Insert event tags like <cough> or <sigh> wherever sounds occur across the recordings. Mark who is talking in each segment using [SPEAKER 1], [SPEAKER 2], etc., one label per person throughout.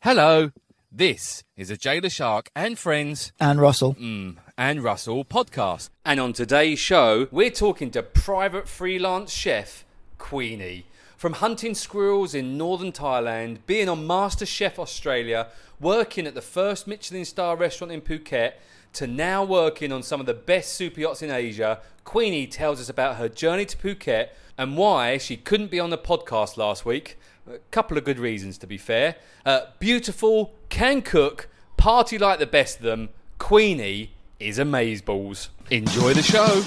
[SPEAKER 1] Hello, this is a Jailer Shark and Friends
[SPEAKER 2] And Russell.
[SPEAKER 1] Mm. and Russell podcast. And on today's show, we're talking to private freelance chef Queenie. From hunting squirrels in northern Thailand, being on Master Chef Australia, working at the first Michelin star restaurant in Phuket, to now working on some of the best super yachts in Asia, Queenie tells us about her journey to Phuket and why she couldn't be on the podcast last week. A couple of good reasons, to be fair. Uh, beautiful, can cook, party like the best of them, Queenie is Amazeballs. Enjoy the show.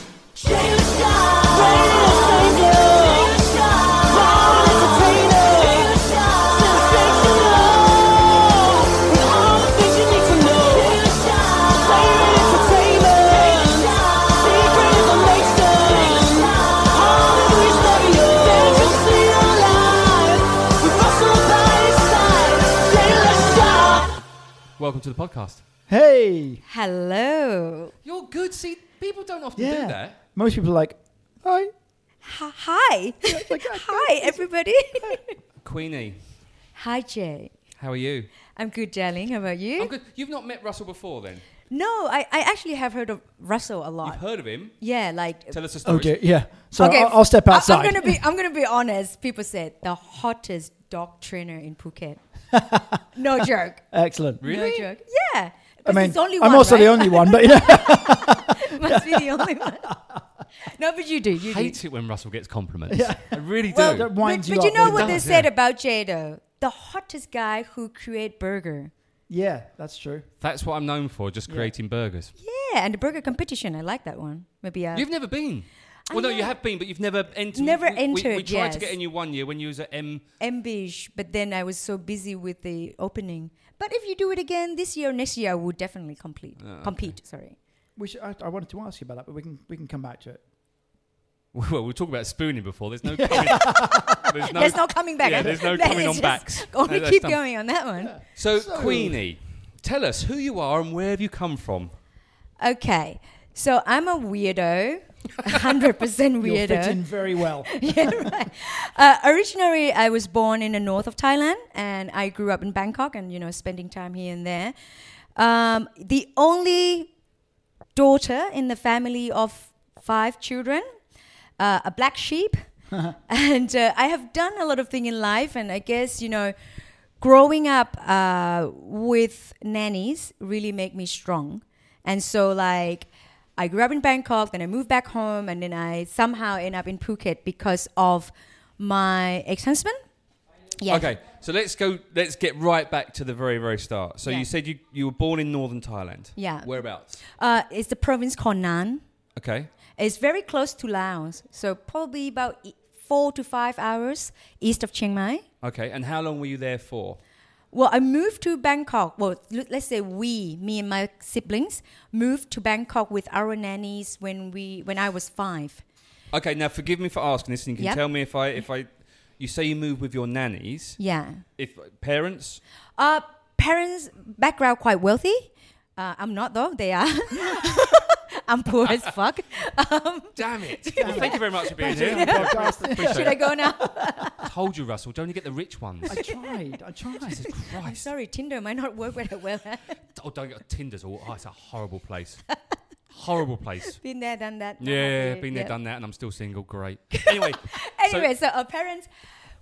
[SPEAKER 1] Welcome to the podcast.
[SPEAKER 2] Hey.
[SPEAKER 3] Hello.
[SPEAKER 1] You're good. See, people don't often
[SPEAKER 2] Yeah.
[SPEAKER 1] do that.
[SPEAKER 2] Most people are like, hi.
[SPEAKER 3] H- hi. hi, everybody. <laughs>
[SPEAKER 1] Queenie,
[SPEAKER 3] hi, Jay.
[SPEAKER 1] how are you?
[SPEAKER 3] I'm good, darling. How about you?
[SPEAKER 1] I'm good. You've not met Russell before, then?
[SPEAKER 3] No, I, I actually have heard of Russell a lot.
[SPEAKER 1] You've heard of him.
[SPEAKER 3] yeah, like. uh,
[SPEAKER 1] Tell us a story.
[SPEAKER 2] Okay. Yeah. So
[SPEAKER 3] okay,
[SPEAKER 2] I'll, I'll step
[SPEAKER 3] I-
[SPEAKER 2] outside.
[SPEAKER 3] I'm gonna be. I'm gonna be honest. People said the hottest dog trainer in Phuket. no joke.
[SPEAKER 2] Excellent.
[SPEAKER 1] Really?
[SPEAKER 3] No joke. Yeah.
[SPEAKER 2] I
[SPEAKER 3] 'Cause
[SPEAKER 2] mean,
[SPEAKER 3] it's only
[SPEAKER 2] I'm
[SPEAKER 3] one,
[SPEAKER 2] also the
[SPEAKER 3] right?
[SPEAKER 2] only one, but you know,
[SPEAKER 3] <laughs> Must be the only one. no, but you do. You do.
[SPEAKER 1] hate it when Russell gets compliments. I really do.
[SPEAKER 2] that
[SPEAKER 3] But,
[SPEAKER 2] winds
[SPEAKER 3] but
[SPEAKER 2] you
[SPEAKER 3] you
[SPEAKER 2] up,
[SPEAKER 3] know
[SPEAKER 2] really.
[SPEAKER 3] what
[SPEAKER 1] It
[SPEAKER 3] they
[SPEAKER 1] does,
[SPEAKER 3] said
[SPEAKER 1] yeah.
[SPEAKER 3] about Jado? The hottest guy who create burger.
[SPEAKER 2] Yeah, that's true.
[SPEAKER 1] That's what I'm known for, just creating burgers.
[SPEAKER 3] Yeah, and the burger competition. I like that one. Maybe I
[SPEAKER 1] You've never been.
[SPEAKER 3] I
[SPEAKER 1] Well, no, you
[SPEAKER 3] know.
[SPEAKER 1] have been, but you've never entered.
[SPEAKER 3] Never
[SPEAKER 1] we, we- We,
[SPEAKER 3] entered,
[SPEAKER 1] tried to
[SPEAKER 3] yes.
[SPEAKER 1] get in you one year when you was at M. <laughs>
[SPEAKER 3] ambish, but then I was so busy with the opening. But if you do it again this year, next year, I would definitely complete
[SPEAKER 1] Oh,
[SPEAKER 3] compete. Sorry.
[SPEAKER 2] We should, I, I wanted to ask you about that, but we can we can come back to it.
[SPEAKER 1] Well, we were talking about spooning before. There's no coming. there's no.
[SPEAKER 3] <laughs> there's no coming back.
[SPEAKER 1] yeah, there's no
[SPEAKER 3] That
[SPEAKER 1] coming
[SPEAKER 3] is
[SPEAKER 1] on
[SPEAKER 3] just-
[SPEAKER 1] backs.
[SPEAKER 3] Only
[SPEAKER 1] That's
[SPEAKER 3] keep
[SPEAKER 1] done.
[SPEAKER 3] going on that one.
[SPEAKER 1] So,
[SPEAKER 2] So-
[SPEAKER 1] Queenie, tell us who you are and where have you come from.
[SPEAKER 3] Okay, so I'm a
[SPEAKER 1] <laughs>
[SPEAKER 3] weirdo, hundred percent
[SPEAKER 2] You'll
[SPEAKER 3] weirdo.
[SPEAKER 2] fit in very well.
[SPEAKER 3] <laughs> yeah, right. Uh, originally, I was born in the north of Thailand, and I grew up in Bangkok, and you know, spending time here and there. Um, the only daughter in the family of five children, uh, a black sheep, <laughs> and uh, I have done a lot of things in life, and I guess you know, growing up uh, with nannies really made me strong, and so like. I grew up in Bangkok, then I moved back home, and then I somehow end up in Phuket because of my ex-husband. Yeah.
[SPEAKER 1] Okay, so let's go. Let's get right back to the very, very start. So
[SPEAKER 3] Yeah.
[SPEAKER 1] you said you, you were born in northern Thailand.
[SPEAKER 3] Yeah.
[SPEAKER 1] Whereabouts?
[SPEAKER 3] Uh, it's the province called Nan.
[SPEAKER 1] Okay.
[SPEAKER 3] It's very close to Laos, so probably about e- four to five hours east of Chiang Mai.
[SPEAKER 1] Okay. And how long were you there for?
[SPEAKER 3] Well, I moved to Bangkok. Well, l- let's say we, me and my siblings, moved to Bangkok with our nannies when we when I was five.
[SPEAKER 1] Okay. Now, forgive me for asking this, and you can
[SPEAKER 3] Yeah.
[SPEAKER 1] tell me if I if I. You say you moved with your nannies.
[SPEAKER 3] Yeah.
[SPEAKER 1] If parents,
[SPEAKER 3] Uh, parents' background quite wealthy. Uh, I'm not though. They are. <laughs> I'm poor as fuck. <laughs> Um,
[SPEAKER 1] damn
[SPEAKER 3] <laughs>
[SPEAKER 1] it. Well, thank you very much for being here.
[SPEAKER 2] <laughs> Podcast.
[SPEAKER 3] should I go now?
[SPEAKER 1] <laughs> I told you, Russell, don't you get the rich
[SPEAKER 3] <laughs>
[SPEAKER 1] ones?
[SPEAKER 2] I tried. I tried.
[SPEAKER 1] Jesus Christ!
[SPEAKER 3] Sorry, Tinder might not work very well.
[SPEAKER 1] Oh, don't get Tinder's all. Oh, it's a horrible
[SPEAKER 3] <laughs>
[SPEAKER 1] place. horrible place.
[SPEAKER 3] been there, done that. not
[SPEAKER 1] Yeah,
[SPEAKER 3] happy,
[SPEAKER 1] been there,
[SPEAKER 3] yeah.
[SPEAKER 1] done that, and I'm still single.
[SPEAKER 3] <laughs>
[SPEAKER 1] Great. Anyway, so-
[SPEAKER 3] Anyway, so, our parents,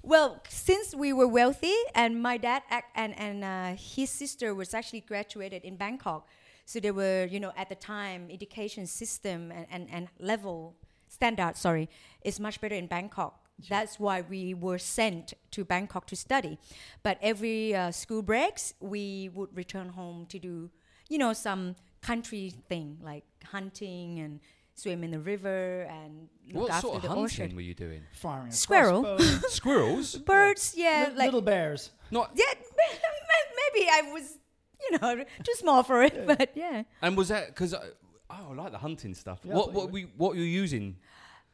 [SPEAKER 3] well, since we were wealthy, and my dad ac- and and uh, his sister was actually graduated in Bangkok, so they were, you know, at the time, education system and and, and level standard, sorry, is much better in Bangkok. That's why we were sent to Bangkok to study, but every uh, school breaks, we would return home to do, you know, some country thing like hunting and swim in the river and look
[SPEAKER 1] what
[SPEAKER 3] after
[SPEAKER 1] sort of
[SPEAKER 3] the
[SPEAKER 1] hunting
[SPEAKER 3] orchard.
[SPEAKER 1] were you doing?
[SPEAKER 2] Firing a
[SPEAKER 3] Squirrel.
[SPEAKER 2] crossbow.
[SPEAKER 1] Squirrels?
[SPEAKER 3] Birds, <laughs> yeah,
[SPEAKER 2] Li-
[SPEAKER 3] like
[SPEAKER 2] little bears.
[SPEAKER 1] Not.
[SPEAKER 3] yeah, <laughs> maybe I was, you know, too small for it, but yeah.
[SPEAKER 1] And was that because? Oh, I like the hunting stuff.
[SPEAKER 2] Yeah, I
[SPEAKER 1] what
[SPEAKER 2] thought
[SPEAKER 1] what
[SPEAKER 2] you
[SPEAKER 1] we what you're using?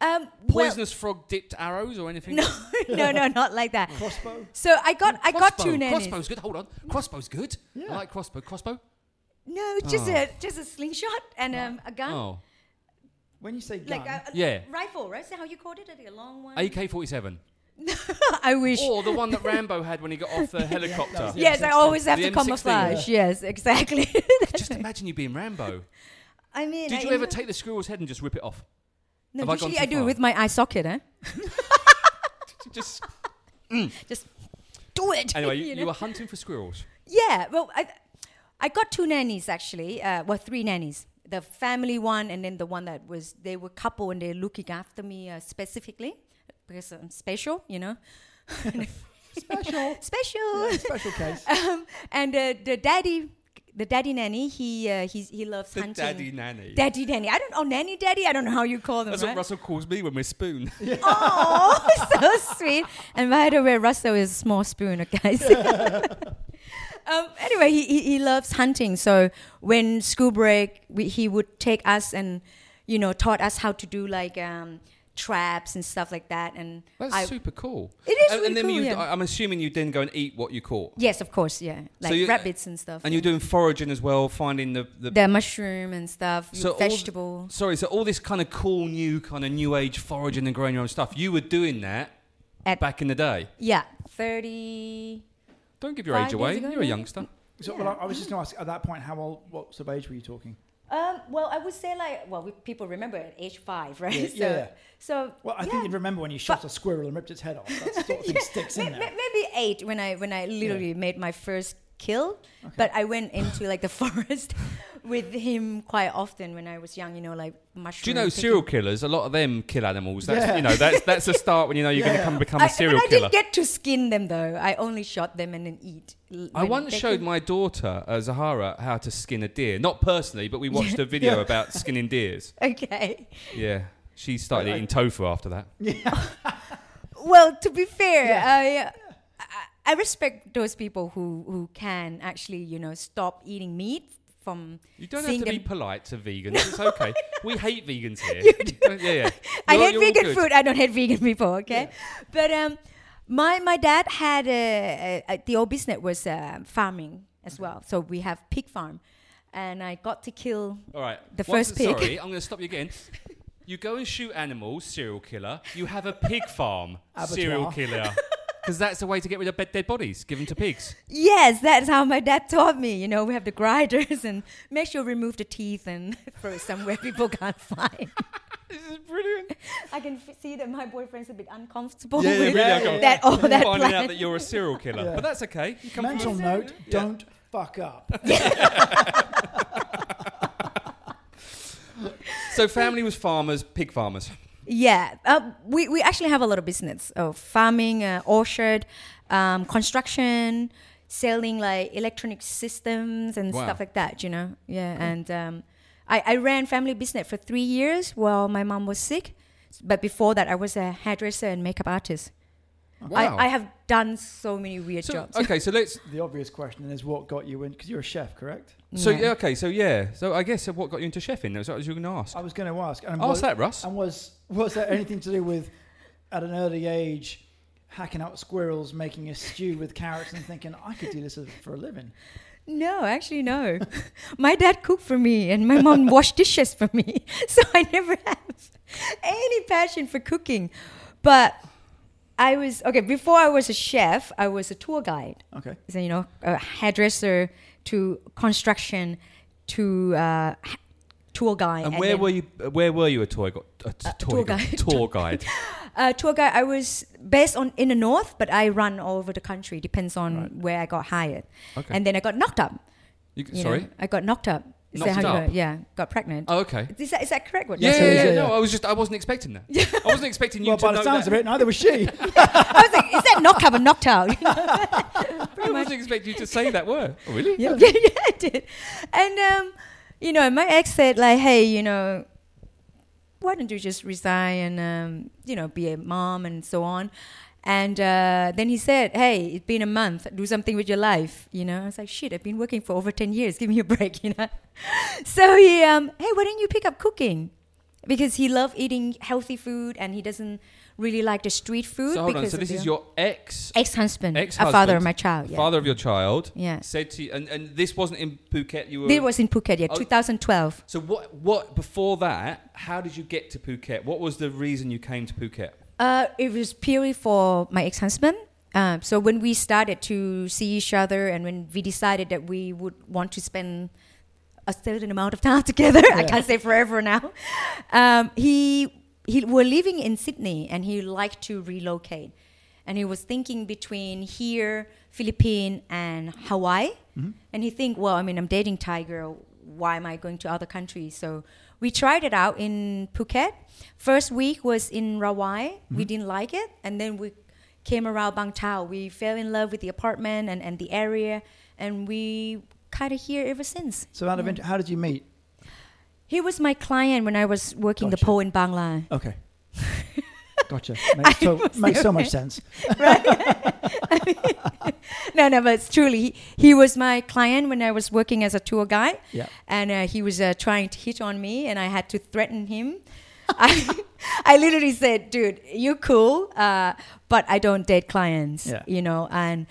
[SPEAKER 3] Um, well,
[SPEAKER 1] Poisonous frog dipped arrows or anything?
[SPEAKER 3] <laughs> no, no, no, not like that.
[SPEAKER 2] Crossbow.
[SPEAKER 3] So I got, I got
[SPEAKER 1] Crossbow.
[SPEAKER 3] two nannies. Mm.
[SPEAKER 1] Crossbow's good. Hold on. Crossbow's good. I
[SPEAKER 2] Yeah.
[SPEAKER 1] like crossbow. Crossbow.
[SPEAKER 3] No, just
[SPEAKER 1] Oh.
[SPEAKER 3] a, just a slingshot and um, a gun,
[SPEAKER 1] Oh,
[SPEAKER 2] When you say gun,
[SPEAKER 3] like a, a
[SPEAKER 1] Yeah.
[SPEAKER 3] rifle, right? Is that how you called it? Like A long one.
[SPEAKER 1] AK forty-seven.
[SPEAKER 3] <laughs> I wish.
[SPEAKER 1] Or the
[SPEAKER 3] <laughs>
[SPEAKER 1] one that Rambo had when he got off Oh, the helicopter.
[SPEAKER 2] the
[SPEAKER 3] yes,
[SPEAKER 2] M16.
[SPEAKER 3] I always have
[SPEAKER 1] The
[SPEAKER 3] to
[SPEAKER 1] M16.
[SPEAKER 3] camouflage. Yes, exactly. <laughs>
[SPEAKER 1] Just imagine you being Rambo.
[SPEAKER 3] I mean,
[SPEAKER 1] Did
[SPEAKER 3] I
[SPEAKER 1] you ever
[SPEAKER 3] even-
[SPEAKER 1] take the squirrel's head and just rip it
[SPEAKER 3] <laughs>
[SPEAKER 1] off?
[SPEAKER 3] No,
[SPEAKER 1] have I gone
[SPEAKER 3] usually
[SPEAKER 1] too
[SPEAKER 3] I, do
[SPEAKER 1] far?
[SPEAKER 3] it with my eye socket. Eh?
[SPEAKER 1] Just
[SPEAKER 3] Do it.
[SPEAKER 1] anyway, you,
[SPEAKER 3] <laughs> you
[SPEAKER 1] you
[SPEAKER 3] know?
[SPEAKER 1] were hunting for squirrels.
[SPEAKER 3] Yeah, well, I, I got two nannies actually. Uh, well, three nannies. The family one, and then the one that was they were couple and they're looking after me uh, specifically because I'm special, you know,
[SPEAKER 2] <laughs> Special.
[SPEAKER 3] <laughs> special.
[SPEAKER 2] Yeah, special
[SPEAKER 3] <laughs>
[SPEAKER 2] case.
[SPEAKER 3] um, and uh, the daddy, the daddy nanny, he uh, he's, he loves
[SPEAKER 1] The
[SPEAKER 3] hunting.
[SPEAKER 1] daddy nanny.
[SPEAKER 3] Daddy nanny. I don't know nanny daddy. I don't know how you call them.
[SPEAKER 1] That's
[SPEAKER 3] right?
[SPEAKER 1] what Russell calls me when we're spoon.
[SPEAKER 3] Oh, <laughs> so sweet. And by the way, Russell is a small spooner, guys. <laughs> um, anyway, he, he, he loves hunting. So when school break, we, he would take us and, you know, taught us how to do like um, traps and stuff like that. And
[SPEAKER 1] That's
[SPEAKER 3] I,
[SPEAKER 1] super cool.
[SPEAKER 3] It is
[SPEAKER 1] And,
[SPEAKER 3] really
[SPEAKER 1] and then
[SPEAKER 3] cool,
[SPEAKER 1] you,
[SPEAKER 3] yeah.
[SPEAKER 1] I- I'm assuming you then go and eat what you caught.
[SPEAKER 3] yes, of course, yeah. Like
[SPEAKER 1] you-
[SPEAKER 3] rabbits and stuff.
[SPEAKER 1] And you're doing foraging as well, finding the, the
[SPEAKER 3] the mushroom and stuff,
[SPEAKER 1] So all th-
[SPEAKER 3] vegetable.
[SPEAKER 1] Sorry, so all this kind of cool new kind of new age foraging and growing your own stuff. You were doing that
[SPEAKER 3] At-
[SPEAKER 1] back in the day.
[SPEAKER 3] yeah, 30.
[SPEAKER 1] Don't give your
[SPEAKER 3] Five
[SPEAKER 1] age
[SPEAKER 3] years
[SPEAKER 1] away.
[SPEAKER 3] ago,
[SPEAKER 1] You're a
[SPEAKER 3] yeah.
[SPEAKER 1] youngster.
[SPEAKER 2] So,
[SPEAKER 3] Yeah.
[SPEAKER 2] well, I, I was just going to ask at that point, how old, what sort of age were you talking?
[SPEAKER 3] Um, well, I would say like, well, we, people remember at age five, right?
[SPEAKER 2] Yeah,
[SPEAKER 3] so,
[SPEAKER 2] yeah.
[SPEAKER 3] so
[SPEAKER 2] Well, I
[SPEAKER 3] yeah.
[SPEAKER 2] think you'd remember when you shot a squirrel and ripped its head off. That sort of thing sticks
[SPEAKER 3] May-
[SPEAKER 2] in
[SPEAKER 3] may-
[SPEAKER 2] there.
[SPEAKER 3] maybe eight when I when I literally made my first kill. But I went into like the <laughs> forest with him quite often when I was young. You know, like mushrooms.
[SPEAKER 1] Do you know serial killers? A lot of them kill animals. That's
[SPEAKER 2] Yeah.
[SPEAKER 1] you know that's that's a start when you know you're going to
[SPEAKER 2] Yeah.
[SPEAKER 1] come become a serial
[SPEAKER 3] I, but
[SPEAKER 1] killer.
[SPEAKER 3] I didn't get to skin them though. I only shot them and then eat. l-
[SPEAKER 1] I
[SPEAKER 3] when
[SPEAKER 1] once
[SPEAKER 3] they
[SPEAKER 1] showed
[SPEAKER 3] came-
[SPEAKER 1] my daughter uh, Zahara how to skin a deer. Not personally, but we
[SPEAKER 3] <laughs>
[SPEAKER 1] watched a video
[SPEAKER 2] Yeah.
[SPEAKER 1] about skinning deers.
[SPEAKER 3] <laughs> Okay.
[SPEAKER 1] Yeah, she started
[SPEAKER 2] I-
[SPEAKER 1] eating tofu after that.
[SPEAKER 3] Well, to be fair, I, I I respect those people who who can actually you know stop eating meat from.
[SPEAKER 1] You don't
[SPEAKER 3] seeing
[SPEAKER 1] have to be
[SPEAKER 3] them-
[SPEAKER 1] polite to vegans. It's okay.
[SPEAKER 3] <laughs>
[SPEAKER 1] we hate vegans here. Don't- yeah, yeah.
[SPEAKER 3] I
[SPEAKER 1] You're-
[SPEAKER 3] hate
[SPEAKER 1] you're all
[SPEAKER 3] vegan
[SPEAKER 1] good.
[SPEAKER 3] food. I don't hate vegan people. Okay, but um, my my dad had a, a, a- the old business was uh, farming as well. So we have pig farm, and I got to kill.
[SPEAKER 1] All right.
[SPEAKER 3] The
[SPEAKER 1] Once-
[SPEAKER 3] first pig.
[SPEAKER 1] Sorry, I'm going to stop you again. You go and shoot animals, serial killer. You have a pig farm, serial
[SPEAKER 2] Abattoir.
[SPEAKER 3] <laughs>
[SPEAKER 1] killer. Because that's the way to get rid of bed- dead bodies, give them to pigs.
[SPEAKER 3] Yes, that's how my dad <laughs> taught me. You know, we have the grinders <laughs> and make sure remove the teeth and <laughs> throw it
[SPEAKER 1] <laughs>
[SPEAKER 3] somewhere people can't find.
[SPEAKER 1] This is brilliant.
[SPEAKER 3] <laughs> I can f- see that my boyfriend's a bit uncomfortable
[SPEAKER 1] Yeah, yeah,
[SPEAKER 3] with
[SPEAKER 1] really
[SPEAKER 2] uncomfortable.
[SPEAKER 3] that. All that
[SPEAKER 1] Finding
[SPEAKER 3] plan.
[SPEAKER 1] out that you're a serial killer.
[SPEAKER 2] Yeah.
[SPEAKER 1] But that's okay. You come
[SPEAKER 2] Mental
[SPEAKER 1] from a-
[SPEAKER 2] note:
[SPEAKER 1] Yeah.
[SPEAKER 2] don't fuck up. <laughs>
[SPEAKER 1] So family was farmers, pig farmers.
[SPEAKER 3] Yeah, uh, we, we actually have a lot of business of farming, uh, orchard, um, construction, selling like electronic systems and
[SPEAKER 1] Wow.
[SPEAKER 3] stuff like that, you know? Yeah, and um, I, I ran family business for three years while my mom was sick. But before that, I was a hairdresser and makeup artist. I, I have done so many weird
[SPEAKER 1] so,
[SPEAKER 3] jobs.
[SPEAKER 1] okay, so let's.
[SPEAKER 2] The obvious question is, what got you in? Because you're a chef, correct?
[SPEAKER 1] So
[SPEAKER 3] Yeah.
[SPEAKER 1] yeah. okay, so yeah. So I guess what got you into chefing? That's what you were going to ask.
[SPEAKER 2] I was going to ask. And
[SPEAKER 1] Ask
[SPEAKER 2] was
[SPEAKER 1] that, Russ.
[SPEAKER 2] And was was that anything to do with at an early age hacking out squirrels, making a stew with carrots, and thinking I could do this as- for a living?
[SPEAKER 3] No, actually, no. my dad cooked for me and my mom <laughs> washed dishes for me. <laughs> So I never have any passion for cooking. But I was, okay, before I was a chef, I was a tour guide.
[SPEAKER 2] Okay.
[SPEAKER 3] So, you know, a hairdresser to construction to uh, ha- tour guide.
[SPEAKER 1] and where
[SPEAKER 3] then-
[SPEAKER 1] were you? Where were you a toy? Got a t-
[SPEAKER 3] Uh,
[SPEAKER 1] toy
[SPEAKER 3] tour
[SPEAKER 1] guide.
[SPEAKER 3] guide.
[SPEAKER 1] Tour
[SPEAKER 3] <laughs>
[SPEAKER 1] guide.
[SPEAKER 3] uh, tour guide. I was based on in the north, but I run all over the country. Depends on where I got hired.
[SPEAKER 1] Okay.
[SPEAKER 3] And then I got knocked up.
[SPEAKER 1] You,
[SPEAKER 3] you
[SPEAKER 1] sorry.
[SPEAKER 3] know. I got knocked up. Is that
[SPEAKER 1] Knocked
[SPEAKER 3] how you
[SPEAKER 1] up?
[SPEAKER 3] got- yeah, got pregnant.
[SPEAKER 1] Oh, okay.
[SPEAKER 3] Is that, is that correct? What
[SPEAKER 1] Yeah,
[SPEAKER 2] Yes,
[SPEAKER 1] yeah,
[SPEAKER 2] it is,
[SPEAKER 1] yeah,
[SPEAKER 2] yeah,
[SPEAKER 1] No,
[SPEAKER 2] yeah.
[SPEAKER 1] I was just I wasn't expecting that. I wasn't expecting you
[SPEAKER 2] well,
[SPEAKER 1] to
[SPEAKER 2] by
[SPEAKER 1] know
[SPEAKER 2] the sounds
[SPEAKER 1] that.
[SPEAKER 2] of it, neither was
[SPEAKER 1] <laughs>
[SPEAKER 2] she.
[SPEAKER 3] I was like, is that knock up or knocked out? <laughs>
[SPEAKER 1] I wasn't expecting you to say that word. Oh,
[SPEAKER 3] <laughs>
[SPEAKER 1] really?
[SPEAKER 3] yeah, yeah, yeah, I did. And um, you know, my ex said like, "Hey, you know, why don't you just resign and um, you know, be a mom and so on." And uh, then he said, "Hey, it's been a month. Do something with your life." You know, I was like, "Shit, I've been working for over ten years. Give me a <laughs> break." You know. So he, um, hey, why don't you pick up cooking? Because he loved eating healthy food and he doesn't really like the street food.
[SPEAKER 1] So hold on.
[SPEAKER 3] because
[SPEAKER 1] So
[SPEAKER 3] of
[SPEAKER 1] this
[SPEAKER 3] the-
[SPEAKER 1] is your ex,
[SPEAKER 3] ex-husband,
[SPEAKER 1] ex-husband,
[SPEAKER 3] a father of my child.
[SPEAKER 1] the
[SPEAKER 3] Yeah.
[SPEAKER 1] father of your child.
[SPEAKER 3] Yeah.
[SPEAKER 1] Said to you, and, and this wasn't in Phuket. You were.
[SPEAKER 3] It was in Phuket, yeah,
[SPEAKER 1] Oh.
[SPEAKER 3] 2012.
[SPEAKER 1] so what? What before that? How did you get to Phuket? What was the reason you came to Phuket?
[SPEAKER 3] Uh, it was purely for my ex-husband. Um, so when we started to see each other, and when we decided that we would want to spend a certain amount of time <laughs> together, I
[SPEAKER 2] Yeah.
[SPEAKER 3] can't say forever now. Um, he he were living in Sydney, and he liked to relocate, and he was thinking between here, Philippines, and Hawaii, and he think, well, I mean, I'm dating Thai girl. Why am I going to other countries? So we tried it out in Phuket. First week was in Rawai. We didn't like it, and then we came around Bang Tao. We fell in love with the apartment and, and the area, and we kind of here ever since.
[SPEAKER 2] So out of int- how did you meet?
[SPEAKER 3] He was my client when I was working the
[SPEAKER 2] Gotcha.
[SPEAKER 3] pole in Bangla. <laughs>
[SPEAKER 1] <laughs>
[SPEAKER 2] Okay. Gotcha. Makes, so, makes so much sense.
[SPEAKER 3] No, no, but it's truly, he, he was my client when I was working as a tour guide.
[SPEAKER 2] Yeah.
[SPEAKER 3] And uh, he was uh, trying to hit on me, and I had to threaten him. <laughs> I, I literally said, dude, you're cool, uh, but I don't date clients,
[SPEAKER 2] Yeah.
[SPEAKER 3] you know, and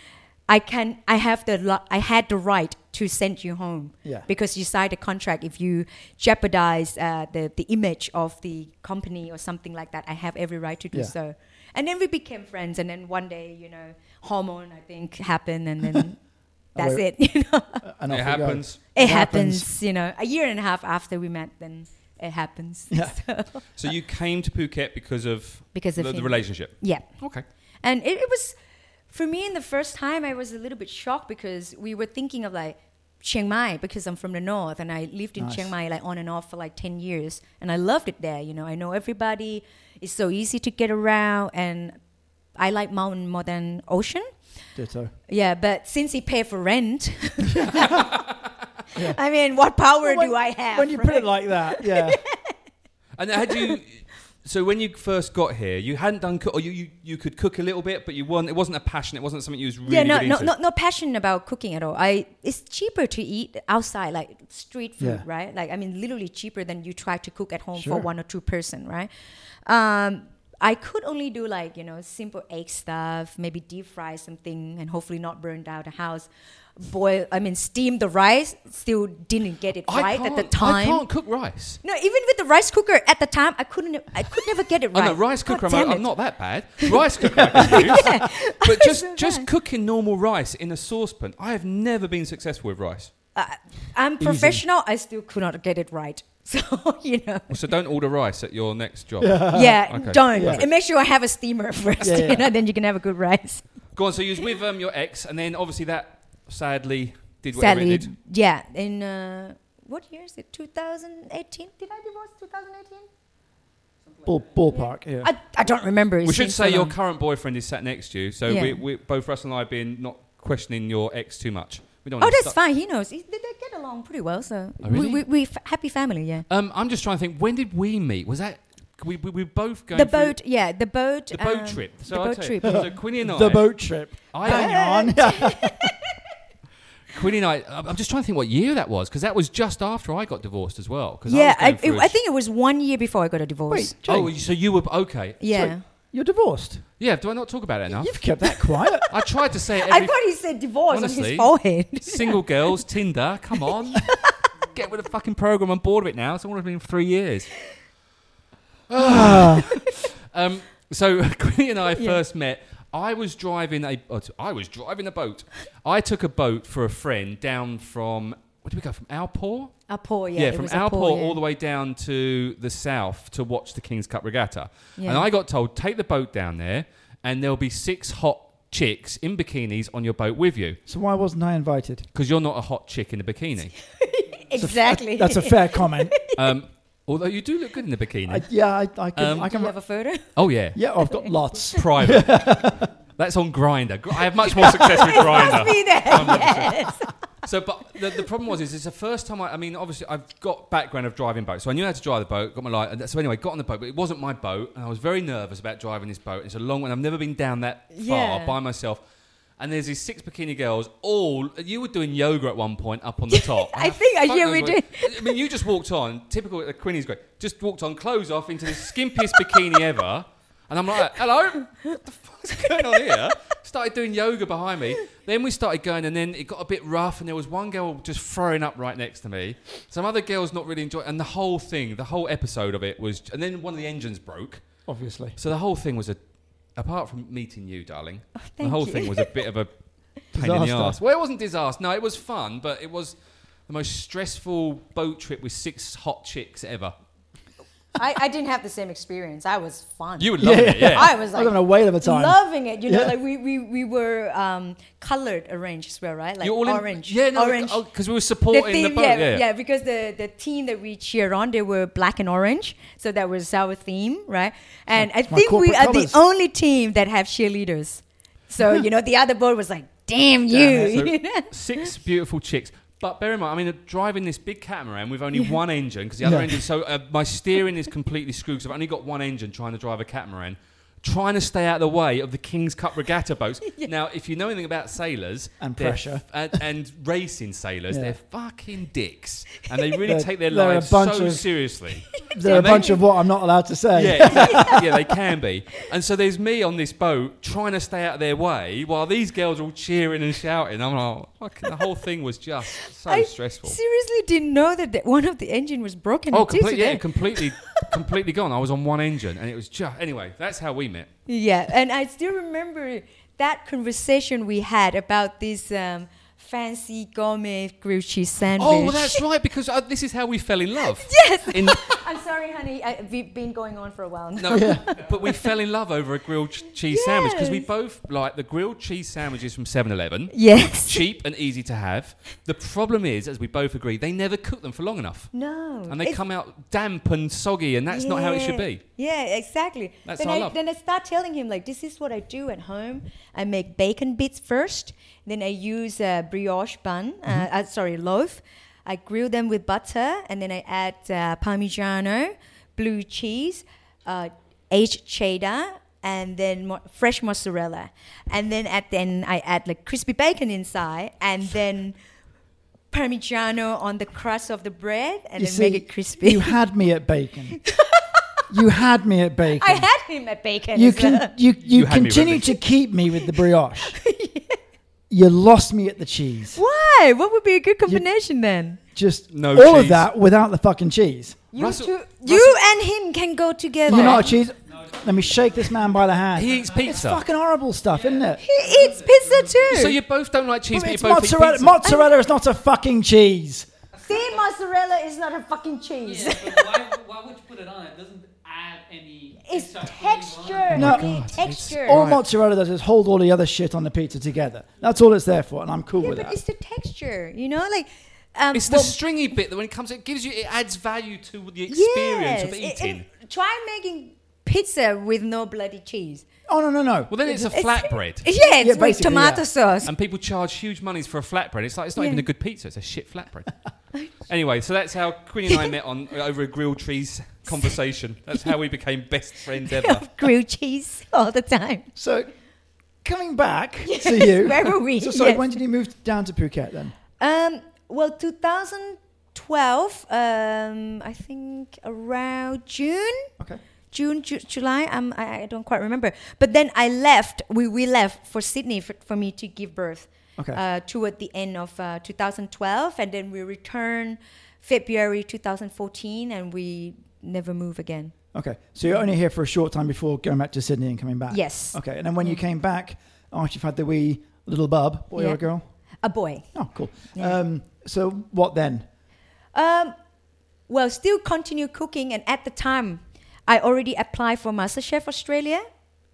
[SPEAKER 3] I can, I have the, lo- I had the right to send you home
[SPEAKER 2] Yeah.
[SPEAKER 3] because you signed a contract. If you jeopardize uh, the, the image of the company or something like that, I have every right to do
[SPEAKER 2] Yeah.
[SPEAKER 3] so. And then we became friends. And then one day, you know, hormone, I think, happened. And then
[SPEAKER 2] <laughs>
[SPEAKER 3] that's
[SPEAKER 2] wait.
[SPEAKER 3] it. <laughs> You know,
[SPEAKER 2] Uh, And
[SPEAKER 1] it
[SPEAKER 2] off we go.
[SPEAKER 1] happens.
[SPEAKER 3] it,
[SPEAKER 2] It
[SPEAKER 3] happens.
[SPEAKER 2] happens.
[SPEAKER 3] You know, a year and a half after we met, then it happens.
[SPEAKER 2] Yeah.
[SPEAKER 1] So you came to Phuket because of
[SPEAKER 3] Because of
[SPEAKER 1] the, the
[SPEAKER 3] him.
[SPEAKER 1] relationship.
[SPEAKER 3] Yeah.
[SPEAKER 1] Okay.
[SPEAKER 3] And it, it was, for me, in the first time, I was a little bit shocked because we were thinking of like Chiang Mai because I'm from the north and I lived in
[SPEAKER 2] Nice.
[SPEAKER 3] Chiang Mai like on and off for like 10 years. And I loved it there. You know, I know everybody. It's so easy to get around. And I like mountain more than ocean.
[SPEAKER 2] Ditto.
[SPEAKER 3] Yeah, but since he paid for
[SPEAKER 2] <laughs>
[SPEAKER 3] rent, <laughs> I mean, what power
[SPEAKER 2] Well, when-
[SPEAKER 3] do I have?
[SPEAKER 2] When you put
[SPEAKER 3] right?
[SPEAKER 2] it like that,
[SPEAKER 3] <laughs>
[SPEAKER 2] yeah.
[SPEAKER 1] And had you? So when you first got here, you hadn't done cook, or you, you, you could cook a little bit, but you weren't. It wasn't a passion. It wasn't something you was really.
[SPEAKER 3] yeah, no,
[SPEAKER 1] really
[SPEAKER 3] no,
[SPEAKER 1] into.
[SPEAKER 3] no, no passion about cooking at all. I it's cheaper to eat outside, like street food,
[SPEAKER 2] Yeah.
[SPEAKER 3] right? Like I mean, literally cheaper than you try to cook at home for
[SPEAKER 2] Sure.
[SPEAKER 3] one or two person, right? Um, I could only do like you know simple egg stuff, maybe deep fry something, and hopefully not burn down the house. Boil, I mean, steam the rice. Still didn't get it
[SPEAKER 1] I
[SPEAKER 3] right at the
[SPEAKER 1] can't- I
[SPEAKER 3] time.
[SPEAKER 1] can't cook rice.
[SPEAKER 3] No, even with the rice cooker at the time, I couldn't. I could never get it
[SPEAKER 1] I
[SPEAKER 3] right.
[SPEAKER 1] know rice
[SPEAKER 3] God
[SPEAKER 1] cooker. I'm,
[SPEAKER 3] damn
[SPEAKER 1] like,
[SPEAKER 3] it.
[SPEAKER 1] I'm not that
[SPEAKER 3] <laughs>
[SPEAKER 1] bad. Rice cooker, I can use. but just just cooking normal rice in a saucepan. I have never been successful with rice,
[SPEAKER 3] Uh, I'm professional. I still could not get it right. <laughs> So you
[SPEAKER 1] <laughs>
[SPEAKER 3] know,
[SPEAKER 1] so don't order rice at your next job.
[SPEAKER 3] yeah,
[SPEAKER 1] okay.
[SPEAKER 3] don't.
[SPEAKER 2] Yeah.
[SPEAKER 3] And make sure I have a steamer first, <laughs>
[SPEAKER 2] Yeah, yeah.
[SPEAKER 3] you know, then you can have a good rice.
[SPEAKER 1] Go on. So you was with um, your ex, and then obviously that sadly did whatever
[SPEAKER 3] Sadly,
[SPEAKER 1] it did.
[SPEAKER 3] yeah. In uh, what year is it? 2018? Did I divorce 2018?
[SPEAKER 2] Ball, ballpark, yeah.
[SPEAKER 3] I, I don't remember.
[SPEAKER 1] We
[SPEAKER 3] It's
[SPEAKER 1] should
[SPEAKER 3] been
[SPEAKER 1] say
[SPEAKER 3] so
[SPEAKER 1] your
[SPEAKER 3] long.
[SPEAKER 1] current boyfriend is sat next to you, so
[SPEAKER 3] Yeah.
[SPEAKER 1] we, we both Russ and I have been not questioning your ex too much. We don't.
[SPEAKER 3] Oh,
[SPEAKER 1] wanna
[SPEAKER 3] that's
[SPEAKER 1] start-
[SPEAKER 3] fine. He knows. He- They, they get along pretty well. So
[SPEAKER 1] Oh, really?
[SPEAKER 3] we, we, we f- happy family. Yeah.
[SPEAKER 1] Um, I'm just trying to think. When did we meet? Was that we we, we both going
[SPEAKER 3] The
[SPEAKER 1] through-
[SPEAKER 3] boat. Yeah, the boat.
[SPEAKER 1] the boat
[SPEAKER 3] um,
[SPEAKER 1] trip? So
[SPEAKER 3] the
[SPEAKER 1] I'll
[SPEAKER 3] boat
[SPEAKER 1] tell <laughs> you.
[SPEAKER 3] trip.
[SPEAKER 1] So Quinny and I.
[SPEAKER 2] the boat trip.
[SPEAKER 1] I,
[SPEAKER 2] Hang
[SPEAKER 3] <laughs>
[SPEAKER 2] on.
[SPEAKER 1] Quinny and I. I'm I'm just trying to think what year that was because that was just after I got divorced as well. 'cause
[SPEAKER 3] Yeah,
[SPEAKER 1] I, was
[SPEAKER 3] I,
[SPEAKER 1] going
[SPEAKER 3] it-
[SPEAKER 1] through a
[SPEAKER 3] I
[SPEAKER 1] sh-
[SPEAKER 3] think it was one year before I got a divorce.
[SPEAKER 2] Wait,
[SPEAKER 1] Oh,
[SPEAKER 2] Jane,
[SPEAKER 1] so you were okay?
[SPEAKER 3] yeah.
[SPEAKER 2] you're divorced.
[SPEAKER 1] Yeah. Do I not talk about it enough?
[SPEAKER 2] You've kept that
[SPEAKER 3] <laughs>
[SPEAKER 2] quiet.
[SPEAKER 1] I tried to say it
[SPEAKER 3] I
[SPEAKER 1] every
[SPEAKER 3] thought he said divorce on
[SPEAKER 1] Honestly.
[SPEAKER 3] his forehead.
[SPEAKER 1] single girls Tinder. Come
[SPEAKER 3] <laughs>
[SPEAKER 1] on, get with the fucking program. I'm bored of it now. It's only been three
[SPEAKER 3] <sighs>
[SPEAKER 1] years. Um, so <laughs> Quinny and I
[SPEAKER 3] Yeah.
[SPEAKER 1] first met. I was driving a. oh, t- I was driving a boat. I took a boat for a friend down from. Where did we go from? Alport.
[SPEAKER 3] <laughs> A poor, yeah.
[SPEAKER 1] Yeah,
[SPEAKER 3] it
[SPEAKER 1] from
[SPEAKER 3] was
[SPEAKER 1] our
[SPEAKER 3] a poor,
[SPEAKER 1] port
[SPEAKER 3] yeah.
[SPEAKER 1] all the way down to the south to watch the King's Cup regatta.
[SPEAKER 3] Yeah.
[SPEAKER 1] And I got told, take the boat down there, and there'll be six hot chicks in bikinis on your boat with you
[SPEAKER 2] so why wasn't I
[SPEAKER 3] <laughs>
[SPEAKER 2] invited?
[SPEAKER 1] because you're not a hot chick in a bikini.
[SPEAKER 3] Exactly.
[SPEAKER 2] That's
[SPEAKER 3] <laughs>
[SPEAKER 2] a fair comment.
[SPEAKER 1] um, although you do look good in a bikini.
[SPEAKER 2] I, yeah, I, I can.
[SPEAKER 1] Um,
[SPEAKER 2] I
[SPEAKER 3] Do you
[SPEAKER 2] can
[SPEAKER 3] have
[SPEAKER 1] <laughs>
[SPEAKER 3] a photo?
[SPEAKER 1] oh, yeah.
[SPEAKER 2] <laughs> yeah, I've got lots.
[SPEAKER 1] Private. That's on Grinder. I have much more success with Grinder.
[SPEAKER 3] Be there. <laughs> yes.
[SPEAKER 1] So, but the, the problem was, is it's the first time I, I mean, obviously, I've got background of driving boats, so I knew how to drive the boat, got my light. and So, anyway, got on the boat, but it wasn't my boat, and I was very nervous about driving this boat. It's a long one, I've never been down that far
[SPEAKER 3] Yeah.
[SPEAKER 1] by myself. And there's these six bikini girls, all you were doing yoga at one point up on the top.
[SPEAKER 3] I think, uh,
[SPEAKER 1] fuck
[SPEAKER 3] yeah,
[SPEAKER 1] knows
[SPEAKER 3] we
[SPEAKER 1] what- I mean, you just walked on, typical uh, Quinny's great, just walked on, clothes off into the skimpiest bikini ever. And I'm like, hello, what the fuck's going on here? Started doing yoga behind me. Then we started going, and then it got a bit rough, and there was one girl just throwing up right next to me. Some other girls not really enjoying, and the whole thing, the whole episode of it was. And then one of the engines broke,
[SPEAKER 2] obviously.
[SPEAKER 1] So the whole thing was a, apart from meeting you, darling,
[SPEAKER 3] Oh,
[SPEAKER 1] the
[SPEAKER 3] thank
[SPEAKER 1] whole
[SPEAKER 3] you.
[SPEAKER 1] thing was a bit of
[SPEAKER 3] <laughs>
[SPEAKER 1] a pain in
[SPEAKER 2] Disaster.
[SPEAKER 1] the ass. Well, it wasn't disaster. No, it was fun, but it was the most stressful boat trip with six hot chicks ever.
[SPEAKER 3] <laughs> I, I didn't have the same experience. I was fun.
[SPEAKER 1] You would love it, yeah.
[SPEAKER 3] I was
[SPEAKER 2] I
[SPEAKER 3] like
[SPEAKER 2] was on a whale of a time.
[SPEAKER 3] loving it. You know,
[SPEAKER 2] Yeah.
[SPEAKER 3] like we, we, we were um, colored orange as well, right? Like
[SPEAKER 1] You're all in-
[SPEAKER 3] orange.
[SPEAKER 1] yeah, no, oh,
[SPEAKER 3] orange.
[SPEAKER 1] because we were
[SPEAKER 3] the
[SPEAKER 1] supporting the,
[SPEAKER 3] theme,
[SPEAKER 1] boat.
[SPEAKER 3] yeah,
[SPEAKER 1] yeah.
[SPEAKER 3] yeah, because the, the team that we cheered on, they were black and orange, so that was our theme, right? And
[SPEAKER 2] my
[SPEAKER 3] I think we
[SPEAKER 2] corporate
[SPEAKER 3] are
[SPEAKER 2] colours.
[SPEAKER 3] the only team that have cheerleaders.
[SPEAKER 1] <laughs>
[SPEAKER 3] So you know, the other board was like, "Damn
[SPEAKER 1] So,
[SPEAKER 3] <laughs> you!"
[SPEAKER 2] <laughs>
[SPEAKER 1] six beautiful chicks. But bear in mind, I mean, driving this big catamaran with only one engine because the
[SPEAKER 2] Yeah.
[SPEAKER 1] other engine. So uh, my steering is completely screwed because I've only got one engine trying to drive a catamaran, trying to stay out of the way of the King's Cup regatta
[SPEAKER 2] <laughs>
[SPEAKER 1] boats. Now, if you know anything about sailors
[SPEAKER 2] And
[SPEAKER 1] they're
[SPEAKER 2] pressure.
[SPEAKER 1] f- and, and racing sailors,
[SPEAKER 2] Yeah.
[SPEAKER 1] they're fucking dicks, and
[SPEAKER 2] <laughs>
[SPEAKER 1] they really
[SPEAKER 2] They're-
[SPEAKER 1] take their
[SPEAKER 2] they're a
[SPEAKER 1] lives
[SPEAKER 2] bunch
[SPEAKER 1] so
[SPEAKER 2] of- <laughs>
[SPEAKER 1] seriously.
[SPEAKER 2] There are a
[SPEAKER 1] And they-
[SPEAKER 2] bunch of what I'm not allowed to say.
[SPEAKER 1] <laughs> Yeah, exactly. yeah, they can be. And so there's me on this boat trying to stay out of their way while these girls are all cheering and shouting. I'm like, fucking, the whole thing was just so
[SPEAKER 3] I
[SPEAKER 1] stressful.
[SPEAKER 3] seriously didn't know that the, one of the engine was broken.
[SPEAKER 1] Oh,
[SPEAKER 3] until
[SPEAKER 1] completely,
[SPEAKER 3] today.
[SPEAKER 1] yeah, completely, completely gone. I was on one engine, and it was just anyway. That's how we met.
[SPEAKER 3] Yeah, and I still remember that conversation we had about this um, fancy gourmet grilled cheese sandwich.
[SPEAKER 1] Oh, well,
[SPEAKER 3] <laughs>
[SPEAKER 1] that's right, because uh, this is how we fell in love.
[SPEAKER 3] yes. <laughs>
[SPEAKER 1] In,
[SPEAKER 3] I'm sorry, honey. I, we've been going on for a while now.
[SPEAKER 1] no, but we fell in love over a grilled ch- cheese sandwich because we
[SPEAKER 3] Yes.
[SPEAKER 1] both like the grilled cheese sandwiches from 7-Eleven.
[SPEAKER 3] <laughs> Yes.
[SPEAKER 1] Cheap and easy to have. The problem is, as we both agree, they never cook them for long enough.
[SPEAKER 3] No.
[SPEAKER 1] and they
[SPEAKER 3] Oh, It's-
[SPEAKER 1] come out damp and soggy, and that's not how it should be.
[SPEAKER 3] Yeah, Yeah, exactly.
[SPEAKER 1] That's
[SPEAKER 3] then
[SPEAKER 1] our
[SPEAKER 3] I
[SPEAKER 1] love.
[SPEAKER 3] then I start telling him like, this is what I do at home. I make bacon bits first, then I use a brioche bun,
[SPEAKER 1] Mm-hmm.
[SPEAKER 3] uh, uh, sorry loaf. I grill them with butter, and then I add uh, parmigiano, blue cheese, uh, aged cheddar. And then mo- fresh mozzarella, and then at then I add like crispy bacon inside, and
[SPEAKER 1] <laughs>
[SPEAKER 3] then parmigiano on the crust of the bread, and
[SPEAKER 2] You
[SPEAKER 3] then
[SPEAKER 2] see,
[SPEAKER 3] make it crispy.
[SPEAKER 2] You had me at
[SPEAKER 3] <laughs>
[SPEAKER 2] bacon. you had me at bacon.
[SPEAKER 3] I had him at bacon.
[SPEAKER 2] you
[SPEAKER 3] as well.
[SPEAKER 2] <laughs> can you you,
[SPEAKER 1] You had me with
[SPEAKER 2] continue to
[SPEAKER 1] bacon.
[SPEAKER 2] keep me with the
[SPEAKER 3] <laughs>
[SPEAKER 2] brioche. You lost me at the cheese.
[SPEAKER 3] Why? What would be a good combination then?
[SPEAKER 2] Just
[SPEAKER 1] No
[SPEAKER 2] all of
[SPEAKER 1] cheese.
[SPEAKER 2] that without the fucking cheese.
[SPEAKER 3] You
[SPEAKER 1] Russell-
[SPEAKER 3] two, you and him can go together.
[SPEAKER 2] You're not a cheese. Let me shake this man by the hand.
[SPEAKER 1] He eats
[SPEAKER 2] it's
[SPEAKER 1] pizza.
[SPEAKER 2] fucking horrible stuff, isn't it?
[SPEAKER 3] he eats pizza too.
[SPEAKER 1] So you both don't like cheese, but,
[SPEAKER 2] it's
[SPEAKER 1] you both eat
[SPEAKER 2] mozzarella.
[SPEAKER 1] pizza.
[SPEAKER 2] Mozzarella is not a fucking cheese.
[SPEAKER 3] See, mozzarella is not a fucking cheese. <laughs>
[SPEAKER 4] Yeah, but why, why would you put it on? It doesn't add any.
[SPEAKER 3] <laughs> It's
[SPEAKER 4] constructive
[SPEAKER 3] <laughs> texture.
[SPEAKER 4] element.
[SPEAKER 2] No.
[SPEAKER 3] honey,
[SPEAKER 1] God, it's
[SPEAKER 3] texture.
[SPEAKER 2] All
[SPEAKER 1] Right.
[SPEAKER 2] mozzarella does is hold all the other shit on the pizza together. That's all it's there for, and I'm cool
[SPEAKER 3] yeah,
[SPEAKER 2] with
[SPEAKER 3] but
[SPEAKER 2] that.
[SPEAKER 3] it's the texture, you know, like. Um,
[SPEAKER 1] It's the stringy bit that when it comes, it gives you, it adds value to the
[SPEAKER 3] yes,
[SPEAKER 1] experience of
[SPEAKER 3] it- it-
[SPEAKER 1] eating.
[SPEAKER 3] try making pizza with no bloody cheese.
[SPEAKER 2] Oh no no no.
[SPEAKER 1] well, then it's a
[SPEAKER 3] It's-
[SPEAKER 1] flatbread,
[SPEAKER 3] Yeah, it's with
[SPEAKER 2] basically,
[SPEAKER 3] tomato
[SPEAKER 2] yeah.
[SPEAKER 3] sauce. <laughs>
[SPEAKER 1] and people charge huge monies for a flatbread. It's like it's not
[SPEAKER 3] Yeah.
[SPEAKER 1] even a good pizza; it's a shit
[SPEAKER 3] <laughs>
[SPEAKER 1] flatbread. anyway, so that's how Queen and I met on over a grilled cheese conversation. That's how we became best friends
[SPEAKER 3] <laughs>
[SPEAKER 1] ever.
[SPEAKER 3] Of grilled cheese all the time.
[SPEAKER 2] So coming
[SPEAKER 3] <laughs>
[SPEAKER 2] back to you.
[SPEAKER 3] Where were we?
[SPEAKER 2] So sorry,
[SPEAKER 3] Yes.
[SPEAKER 2] when did you move down to Phuket then?
[SPEAKER 3] Um, well, 2012, um, I think around June,
[SPEAKER 2] Okay.
[SPEAKER 3] June, Ju- July, um, I, I don't quite remember. But then I left, we, we left for Sydney for, for me to give birth
[SPEAKER 2] Okay.
[SPEAKER 3] uh, toward the end of uh, 2012. And then we returned February 2014 and we never move again.
[SPEAKER 2] Okay. So you're only here for a short time before going back to Sydney and coming back.
[SPEAKER 3] Yes. Mm.
[SPEAKER 2] Okay. And then when you came back, after you've had the wee little bub, boy
[SPEAKER 3] Yeah.
[SPEAKER 2] or girl?
[SPEAKER 3] A boy.
[SPEAKER 2] Oh, cool. Um, so what then?
[SPEAKER 3] Um, well, still continue cooking, and at the time, I already applied for MasterChef Australia.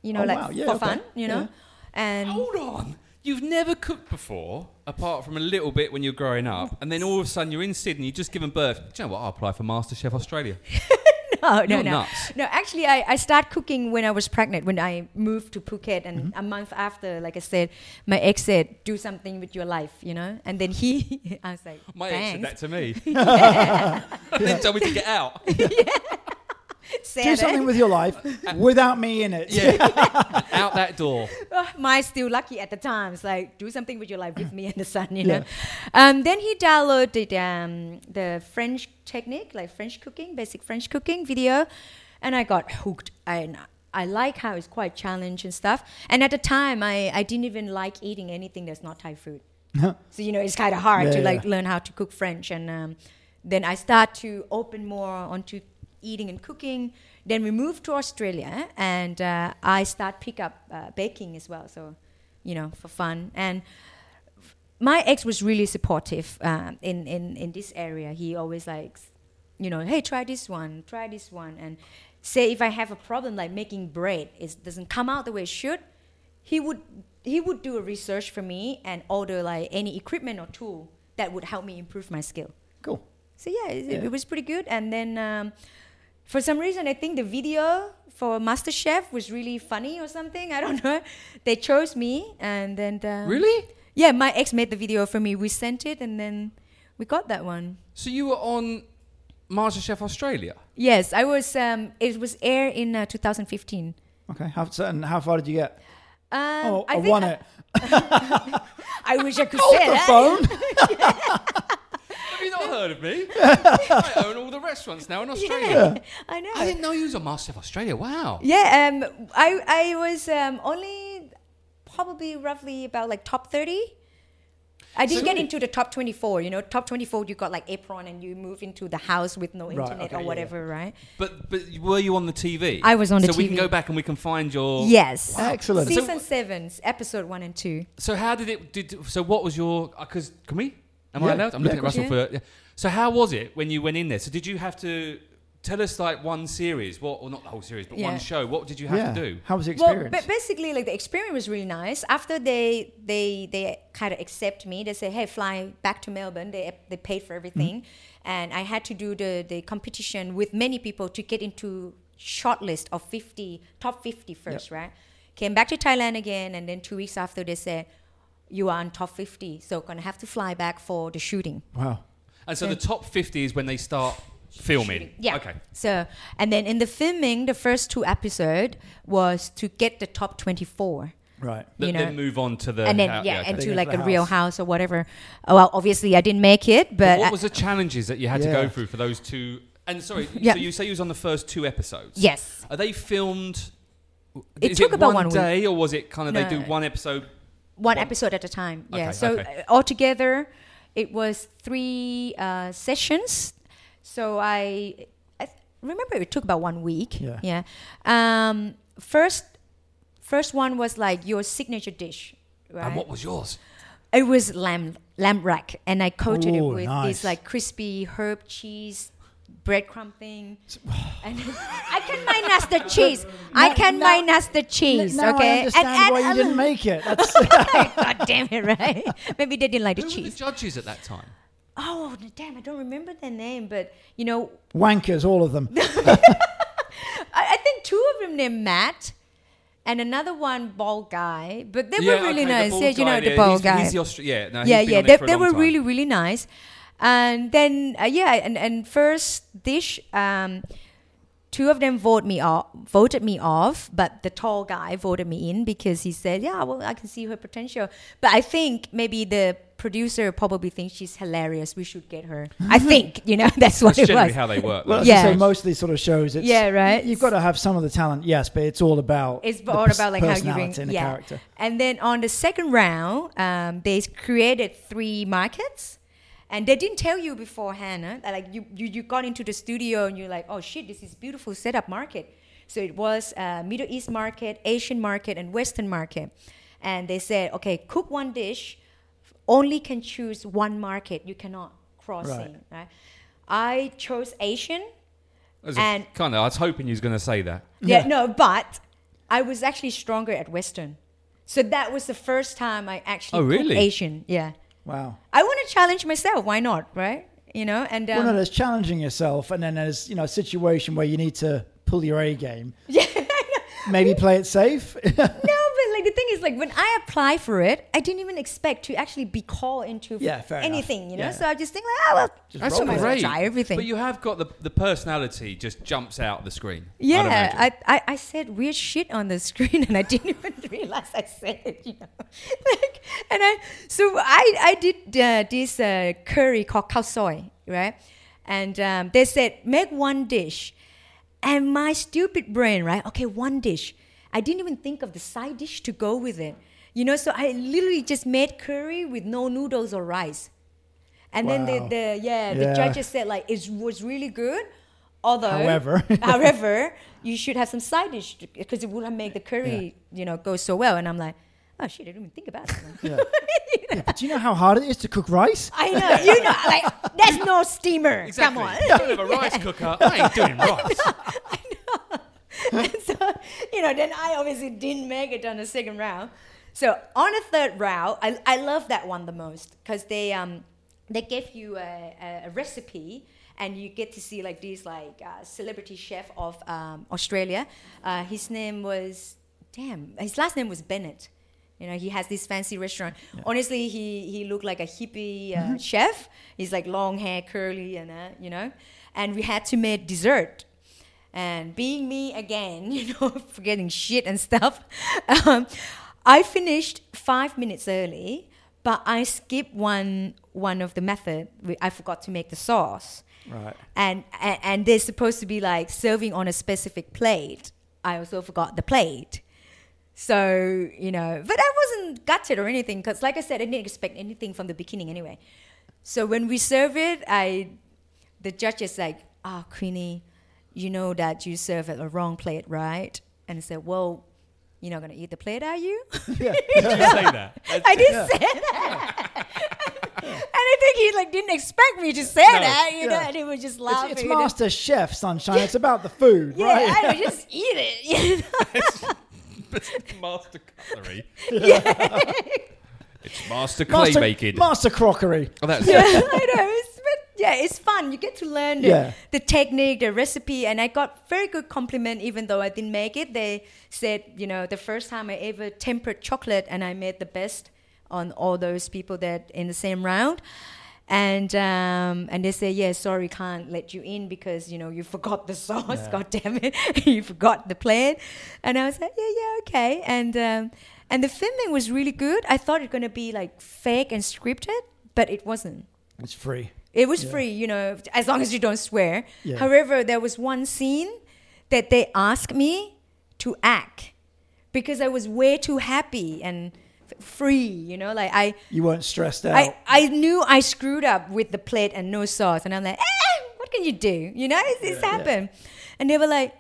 [SPEAKER 3] You know,
[SPEAKER 2] Oh,
[SPEAKER 3] like
[SPEAKER 2] wow. Yeah,
[SPEAKER 3] for
[SPEAKER 2] okay.
[SPEAKER 3] fun. You know, and
[SPEAKER 1] Hold on. You've never cooked before, apart from a little bit when you're growing up, and then all of a sudden you're in Sydney, you've just given birth. Do you know what? I'll apply for MasterChef Australia.
[SPEAKER 3] <laughs> no, no,
[SPEAKER 1] You're
[SPEAKER 3] no,
[SPEAKER 1] nuts.
[SPEAKER 3] no. Actually, I I start cooking when I was pregnant. When I moved to Phuket, and
[SPEAKER 2] Mm-hmm.
[SPEAKER 3] a month after, like I said, my ex said, "Do something with your life," you know. And then he, <laughs> I was like,
[SPEAKER 1] My ex said
[SPEAKER 3] Thanks.
[SPEAKER 1] that to me.
[SPEAKER 3] <laughs>
[SPEAKER 1] then told me <laughs> to get out.
[SPEAKER 3] Said
[SPEAKER 2] Do
[SPEAKER 3] it.
[SPEAKER 2] something with your
[SPEAKER 3] <laughs>
[SPEAKER 2] life without me in it.
[SPEAKER 1] Yeah. <laughs> out that door.
[SPEAKER 3] <laughs> oh, my still lucky at the time. It's like do something with your life with me and the son, you
[SPEAKER 2] Yeah.
[SPEAKER 3] know. Um, then he downloaded um, the French technique, like French cooking, basic French cooking video, and I got hooked. And I like how it's quite challenge and stuff. And at the time, I, I didn't even like eating anything that's not Thai food. So you know, it's kind of hard
[SPEAKER 2] Yeah,
[SPEAKER 3] to
[SPEAKER 2] yeah.
[SPEAKER 3] like learn how to cook French, and um, then I start to open more onto eating and cooking. Then we moved to Australia, and uh, I start pick up uh, baking as well. So, you know, for fun. And my ex was really supportive um, in, in in this area. He always like, you know, hey, try this one, try this one, and say if I have a problem like making bread, it doesn't come out the way it should. He would he would do a research for me and order like any equipment or tool that would help me improve my skill.
[SPEAKER 2] <laughs> Cool.
[SPEAKER 3] So yeah, it,
[SPEAKER 2] Yeah.
[SPEAKER 3] it was pretty good. And then um, for some reason, I think the video for MasterChef was really funny or something. I don't <laughs> know. They chose me, and then um,
[SPEAKER 1] Really?
[SPEAKER 3] yeah, my ex made the video for me. We sent it, and then we got that one.
[SPEAKER 1] So you were on MasterChef Australia?
[SPEAKER 3] Yes, I was. Um, it was aired in uh, 2015.
[SPEAKER 2] Okay. How, so, and how far did you get?
[SPEAKER 3] Um,
[SPEAKER 2] oh, I,
[SPEAKER 3] think
[SPEAKER 2] won it.
[SPEAKER 3] I
[SPEAKER 2] <laughs>
[SPEAKER 3] wish I could
[SPEAKER 2] Hold
[SPEAKER 3] say
[SPEAKER 2] Oh, the
[SPEAKER 3] that.
[SPEAKER 2] phone. <laughs>
[SPEAKER 1] Have you not heard of me? I own all the restaurants now in Australia.
[SPEAKER 3] <laughs> Yeah, I know.
[SPEAKER 1] I didn't know you was on MasterChef Australia. Wow.
[SPEAKER 3] Yeah, um, I I was um, only probably roughly about like top thirty. I didn't
[SPEAKER 1] So-
[SPEAKER 3] get into the top twenty four. You know, top twenty four, you got like apron and you move into the house with no
[SPEAKER 2] Right,
[SPEAKER 3] internet
[SPEAKER 2] okay, yeah,
[SPEAKER 3] or
[SPEAKER 2] yeah.
[SPEAKER 3] whatever, right?
[SPEAKER 1] But but were you on the TV?
[SPEAKER 3] I was on the
[SPEAKER 1] So we can
[SPEAKER 3] TV.
[SPEAKER 1] go back and we can find your
[SPEAKER 3] Yes.
[SPEAKER 2] Excellent.
[SPEAKER 1] So-
[SPEAKER 3] Season seven, episode one and two.
[SPEAKER 1] So how did it? Did so? What was your? Because can we? Am I
[SPEAKER 2] Yeah.
[SPEAKER 1] allowed? I'm
[SPEAKER 2] Yeah,
[SPEAKER 1] looking at
[SPEAKER 2] of
[SPEAKER 1] Russell
[SPEAKER 3] course.
[SPEAKER 1] for. Yeah. So how was it when you went in there? So did you have to tell us like one series? What or not the whole series, but
[SPEAKER 3] Yeah.
[SPEAKER 1] one show? What did you have to do?
[SPEAKER 2] How was the
[SPEAKER 3] Well,
[SPEAKER 2] experience?
[SPEAKER 3] but basically, like the experience was really nice. After they they they kind of accept me, they say, "Hey, fly back to Melbourne." They they paid for everything,
[SPEAKER 1] Mm-hmm.
[SPEAKER 3] and I had to do the the competition with many people to get into shortlist of fifty top fifty first, right? Came back to Thailand again, and then two weeks after, they said, "You are on top fifty, so gonna have to fly back for the shooting."
[SPEAKER 2] wow.
[SPEAKER 1] And so the top 50 is when they start filming.
[SPEAKER 3] Yeah.
[SPEAKER 1] Okay.
[SPEAKER 3] So, and then in the filming, the first two episode was to get the top twenty-four.
[SPEAKER 2] Right.
[SPEAKER 1] Th-
[SPEAKER 3] You know.
[SPEAKER 1] then move on to the.
[SPEAKER 3] and then
[SPEAKER 1] how-
[SPEAKER 3] yeah,
[SPEAKER 1] okay.
[SPEAKER 3] and
[SPEAKER 2] They
[SPEAKER 3] to
[SPEAKER 2] go
[SPEAKER 3] like
[SPEAKER 2] to
[SPEAKER 3] a
[SPEAKER 2] the
[SPEAKER 3] real
[SPEAKER 2] house.
[SPEAKER 3] house or whatever. Oh, Well, obviously I didn't make it, but,
[SPEAKER 1] But
[SPEAKER 3] I-
[SPEAKER 1] what was the challenges that you had to
[SPEAKER 2] Yeah.
[SPEAKER 1] go through for those two? And sorry,
[SPEAKER 3] Yeah.
[SPEAKER 1] so you say you was on the first two episodes.
[SPEAKER 3] yes,
[SPEAKER 1] Are they filmed?
[SPEAKER 3] It
[SPEAKER 1] is
[SPEAKER 3] took about
[SPEAKER 1] one
[SPEAKER 3] one week.
[SPEAKER 1] day, or was it kind of they
[SPEAKER 3] No.
[SPEAKER 1] do one episode?
[SPEAKER 3] one
[SPEAKER 1] One-
[SPEAKER 3] episode at a time. Yeah,
[SPEAKER 1] Okay,
[SPEAKER 3] so
[SPEAKER 1] okay.
[SPEAKER 3] uh, altogether, it was three uh, sessions. So I, I th- remember it took about one week.
[SPEAKER 2] Yeah.
[SPEAKER 3] yeah. Um, first, first one was like your signature dish, right?
[SPEAKER 1] And what was yours?
[SPEAKER 3] It was lamb lamb rack, and I coated it
[SPEAKER 2] Ooh,
[SPEAKER 3] with
[SPEAKER 2] nice.
[SPEAKER 3] this like crispy herb cheese breadcrumb
[SPEAKER 2] <sighs>
[SPEAKER 3] thing. and <laughs> I can minus the cheese. I
[SPEAKER 2] Now-
[SPEAKER 3] can
[SPEAKER 2] now-
[SPEAKER 3] minus the cheese.
[SPEAKER 2] now
[SPEAKER 3] okay, um,
[SPEAKER 2] I understand why you <laughs> didn't make it. That's
[SPEAKER 3] <laughs> God damn it, right? Maybe they didn't like
[SPEAKER 1] Who
[SPEAKER 3] the
[SPEAKER 1] were the
[SPEAKER 3] cheese.
[SPEAKER 1] judges at that time?
[SPEAKER 3] Oh damn! I don't remember their name, but you know,
[SPEAKER 2] wankers, all of
[SPEAKER 3] <laughs>
[SPEAKER 2] them.
[SPEAKER 3] I, I think two of them named Matt. And another one, bald guy, but they were
[SPEAKER 1] okay, the
[SPEAKER 3] really nice.
[SPEAKER 1] bald
[SPEAKER 3] yeah, you
[SPEAKER 1] guy,
[SPEAKER 3] know the
[SPEAKER 1] yeah,
[SPEAKER 3] bald
[SPEAKER 1] he's-
[SPEAKER 3] guy.
[SPEAKER 1] he's the Austra- yeah, no, he's
[SPEAKER 3] yeah,
[SPEAKER 1] been
[SPEAKER 3] yeah,
[SPEAKER 1] on it
[SPEAKER 3] they,
[SPEAKER 1] for a
[SPEAKER 3] they
[SPEAKER 1] long
[SPEAKER 3] were
[SPEAKER 1] time.
[SPEAKER 3] really really nice, and then uh, yeah, and and first dish, um, two of them voted me off, voted me off, but the tall guy voted me in because he said, yeah, well, I can see her potential, but I think maybe the producer probably thinks she's hilarious. We should get her.
[SPEAKER 1] <laughs>
[SPEAKER 3] I think you know <laughs> that's what
[SPEAKER 1] That's
[SPEAKER 3] it
[SPEAKER 1] generally
[SPEAKER 3] was.
[SPEAKER 1] how they work.
[SPEAKER 2] Well,
[SPEAKER 1] though.
[SPEAKER 2] as yeah.
[SPEAKER 3] Yeah.
[SPEAKER 2] say, most of these sort of shows, it's,
[SPEAKER 3] Yeah, right.
[SPEAKER 2] You've got to have some of the talent, yes, but it's all about
[SPEAKER 3] It's
[SPEAKER 2] the
[SPEAKER 3] all
[SPEAKER 2] pers-
[SPEAKER 3] about like how you bring
[SPEAKER 2] personality and the character.
[SPEAKER 3] And then on the second round, um, they created three markets, and they didn't tell you beforehand. Huh? Like you, you, you got into the studio and you're like, oh shit, this is beautiful setup market. So it was uh, Middle East market, Asian market, and Western market. And they said, okay, cook one dish, only can choose one market. You cannot cross
[SPEAKER 2] Right.
[SPEAKER 3] in. Right? I chose Asian.
[SPEAKER 1] As a-
[SPEAKER 3] and-
[SPEAKER 1] kinda, I was hoping you was going to say that.
[SPEAKER 3] Yeah,
[SPEAKER 2] Yeah.
[SPEAKER 3] no, but I was actually stronger at Western. So that was the first time I actually
[SPEAKER 1] Oh,
[SPEAKER 3] cooked
[SPEAKER 1] really?
[SPEAKER 3] Asian. Yeah.
[SPEAKER 2] Wow.
[SPEAKER 3] I want to challenge myself. Why not? Right? You know, and um,
[SPEAKER 2] well, no,
[SPEAKER 3] <laughs>
[SPEAKER 2] there's challenging yourself, and then there's you know a situation where you need to pull your A game. Yeah. Maybe play it safe. <laughs>
[SPEAKER 3] no, but like the thing is, like when I apply for it, I didn't even expect to actually be called into
[SPEAKER 2] Yeah, fair enough.
[SPEAKER 3] anything. You know,
[SPEAKER 2] Yeah.
[SPEAKER 3] so I just think like, oh well,
[SPEAKER 2] Just
[SPEAKER 1] That's
[SPEAKER 2] roll with
[SPEAKER 3] might
[SPEAKER 2] it.
[SPEAKER 3] as well
[SPEAKER 1] great.
[SPEAKER 3] try everything.
[SPEAKER 1] But you have got the, the personality just jumps out the screen. I'd
[SPEAKER 3] yeah,
[SPEAKER 1] imagine.
[SPEAKER 3] I, I, I said weird shit on the screen and I didn't <laughs> even realize I said it, you know. <laughs> like, and I, so I, I did uh, this uh, curry called khao soy, right? And um, they said, make one dish. And my stupid brain, right? Okay, one dish. I didn't even think of the side dish to go with it. You know, so I literally just made curry with no noodles or rice. And then
[SPEAKER 2] Wow.
[SPEAKER 3] the, the yeah,
[SPEAKER 2] Yeah.
[SPEAKER 3] the judges said like it was really good Although,
[SPEAKER 2] However. <laughs>
[SPEAKER 3] however, you should have some side dish because it would make the curry, you know, go so well. And I'm like, oh shit, I didn't even think about it.
[SPEAKER 2] Yeah. yeah, but do you know how hard it is to cook rice?
[SPEAKER 3] <laughs> I know, you know, like there's no steamer.
[SPEAKER 1] Exactly.
[SPEAKER 3] Come on.
[SPEAKER 1] You don't have a
[SPEAKER 3] <laughs>
[SPEAKER 1] rice cooker. I ain't doing rice.
[SPEAKER 3] And <laughs> so, you know, then I obviously didn't make it on the second round. So on the third round, I, I love that one the most because they um they give you a, a, a recipe and you get to see like these like uh, celebrity chef of um, Australia. Uh, his name was damn. His last name was Bennett. You know, he has this fancy restaurant. Honestly, he, he looked like a hippie uh, chef. He's like long hair, curly, and uh, you know. And we had to make dessert and being me again, <laughs> you know, forgetting shit and stuff. <laughs> Um, I finished five minutes early, but I skipped one one of the method. We- I forgot to make the sauce,
[SPEAKER 2] Right.
[SPEAKER 3] and, and and they're supposed to be like serving on a specific plate. I also forgot the plate. So, you know, but I wasn't gutted or anything because, like I said, I didn't expect anything from the beginning anyway. So when we serve it, I, the judge is like, ah, Queenie, you know that you serve at the wrong plate, right? And I said, well, you're not going to eat the plate, are you? <laughs>
[SPEAKER 2] Yeah.
[SPEAKER 1] Did you say that?
[SPEAKER 3] I did say that. <laughs> and I think he like didn't expect me to say
[SPEAKER 1] No.
[SPEAKER 3] that, you know,
[SPEAKER 2] Yeah.
[SPEAKER 3] and he was just
[SPEAKER 2] It's,
[SPEAKER 3] laughing.
[SPEAKER 2] it's
[SPEAKER 3] you know.
[SPEAKER 2] Master Chef, sunshine. It's about the food,
[SPEAKER 3] <laughs>
[SPEAKER 2] <laughs>
[SPEAKER 3] yeah,
[SPEAKER 2] right?
[SPEAKER 3] I would just eat it. <laughs> you know.
[SPEAKER 1] <laughs> Master cutlery. <laughs> it's master clay
[SPEAKER 2] Master,
[SPEAKER 1] making.
[SPEAKER 2] Master crockery.
[SPEAKER 1] oh, that's
[SPEAKER 3] yeah, <laughs> I know.
[SPEAKER 2] <laughs>
[SPEAKER 3] It's, but yeah, it's fun. You get to learn the,
[SPEAKER 2] Yeah.
[SPEAKER 3] the technique, the recipe, and I got very good compliment. Even though I didn't make it, they said, you know, the first time I ever tempered chocolate, and I made the best on all those people that in the same round. And um, and they say, yeah, sorry, can't let you in because you know you forgot the sauce.
[SPEAKER 2] Yeah.
[SPEAKER 3] God damn it, <laughs> you forgot the plan. And I was like, yeah, yeah, okay. And um, and the filming was really good. I thought it gonna be like fake and scripted, but it wasn't.
[SPEAKER 2] It's free.
[SPEAKER 3] It was
[SPEAKER 2] Yeah.
[SPEAKER 3] free, you know, as long as you don't swear.
[SPEAKER 2] Yeah.
[SPEAKER 3] However, there was one scene that they asked me to act because I was way too happy and f- free, you know, like I,
[SPEAKER 2] You weren't stressed out.
[SPEAKER 3] I, I knew I screwed up with the plate and no sauce, and I'm like, eh, what can you do? You know, it's, it's happened. And they were like,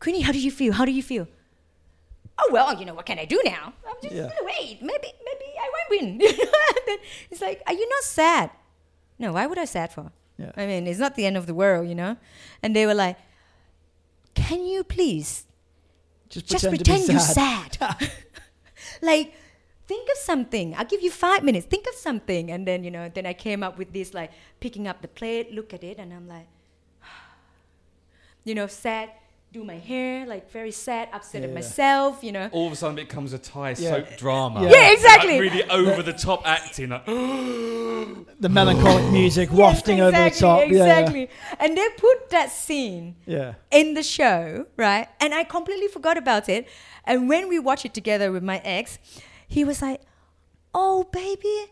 [SPEAKER 3] Queenie, how do you feel? How do you feel? Oh well, you know what can I do now? I'm just
[SPEAKER 2] Yeah.
[SPEAKER 3] gonna wait. Maybe maybe I won't win. <laughs> And then it's like, are you not sad? No, why would I sad for?
[SPEAKER 2] Yeah.
[SPEAKER 3] I mean, it's not the end of the world, you know. And they were like, can you please
[SPEAKER 2] just
[SPEAKER 3] just
[SPEAKER 2] pretend, to
[SPEAKER 3] pretend
[SPEAKER 2] be
[SPEAKER 3] you're
[SPEAKER 2] sad.
[SPEAKER 3] sad. <laughs> like, think of something. I'll give you five minutes. Think of something. And then, you know, then I came up with this like picking up the plate, look at it, and I'm like, <sighs> you know, sad, do my hair, like very sad, upset
[SPEAKER 2] Yeah.
[SPEAKER 3] at myself, you know.
[SPEAKER 1] All of a sudden, it becomes a Thai
[SPEAKER 2] Yeah.
[SPEAKER 1] soap drama.
[SPEAKER 2] Yeah.
[SPEAKER 3] Yeah, exactly.
[SPEAKER 1] Like, really over the top acting. Like,
[SPEAKER 2] The
[SPEAKER 3] <laughs>
[SPEAKER 2] melancholic music
[SPEAKER 3] Yes,
[SPEAKER 2] wafting over the
[SPEAKER 3] exactly,
[SPEAKER 2] top.
[SPEAKER 3] Exactly. And they put that scene
[SPEAKER 2] Yeah. yeah.
[SPEAKER 3] in the show, right? And I completely forgot about it. And when we watched it together with my ex, he was like, "Oh, baby,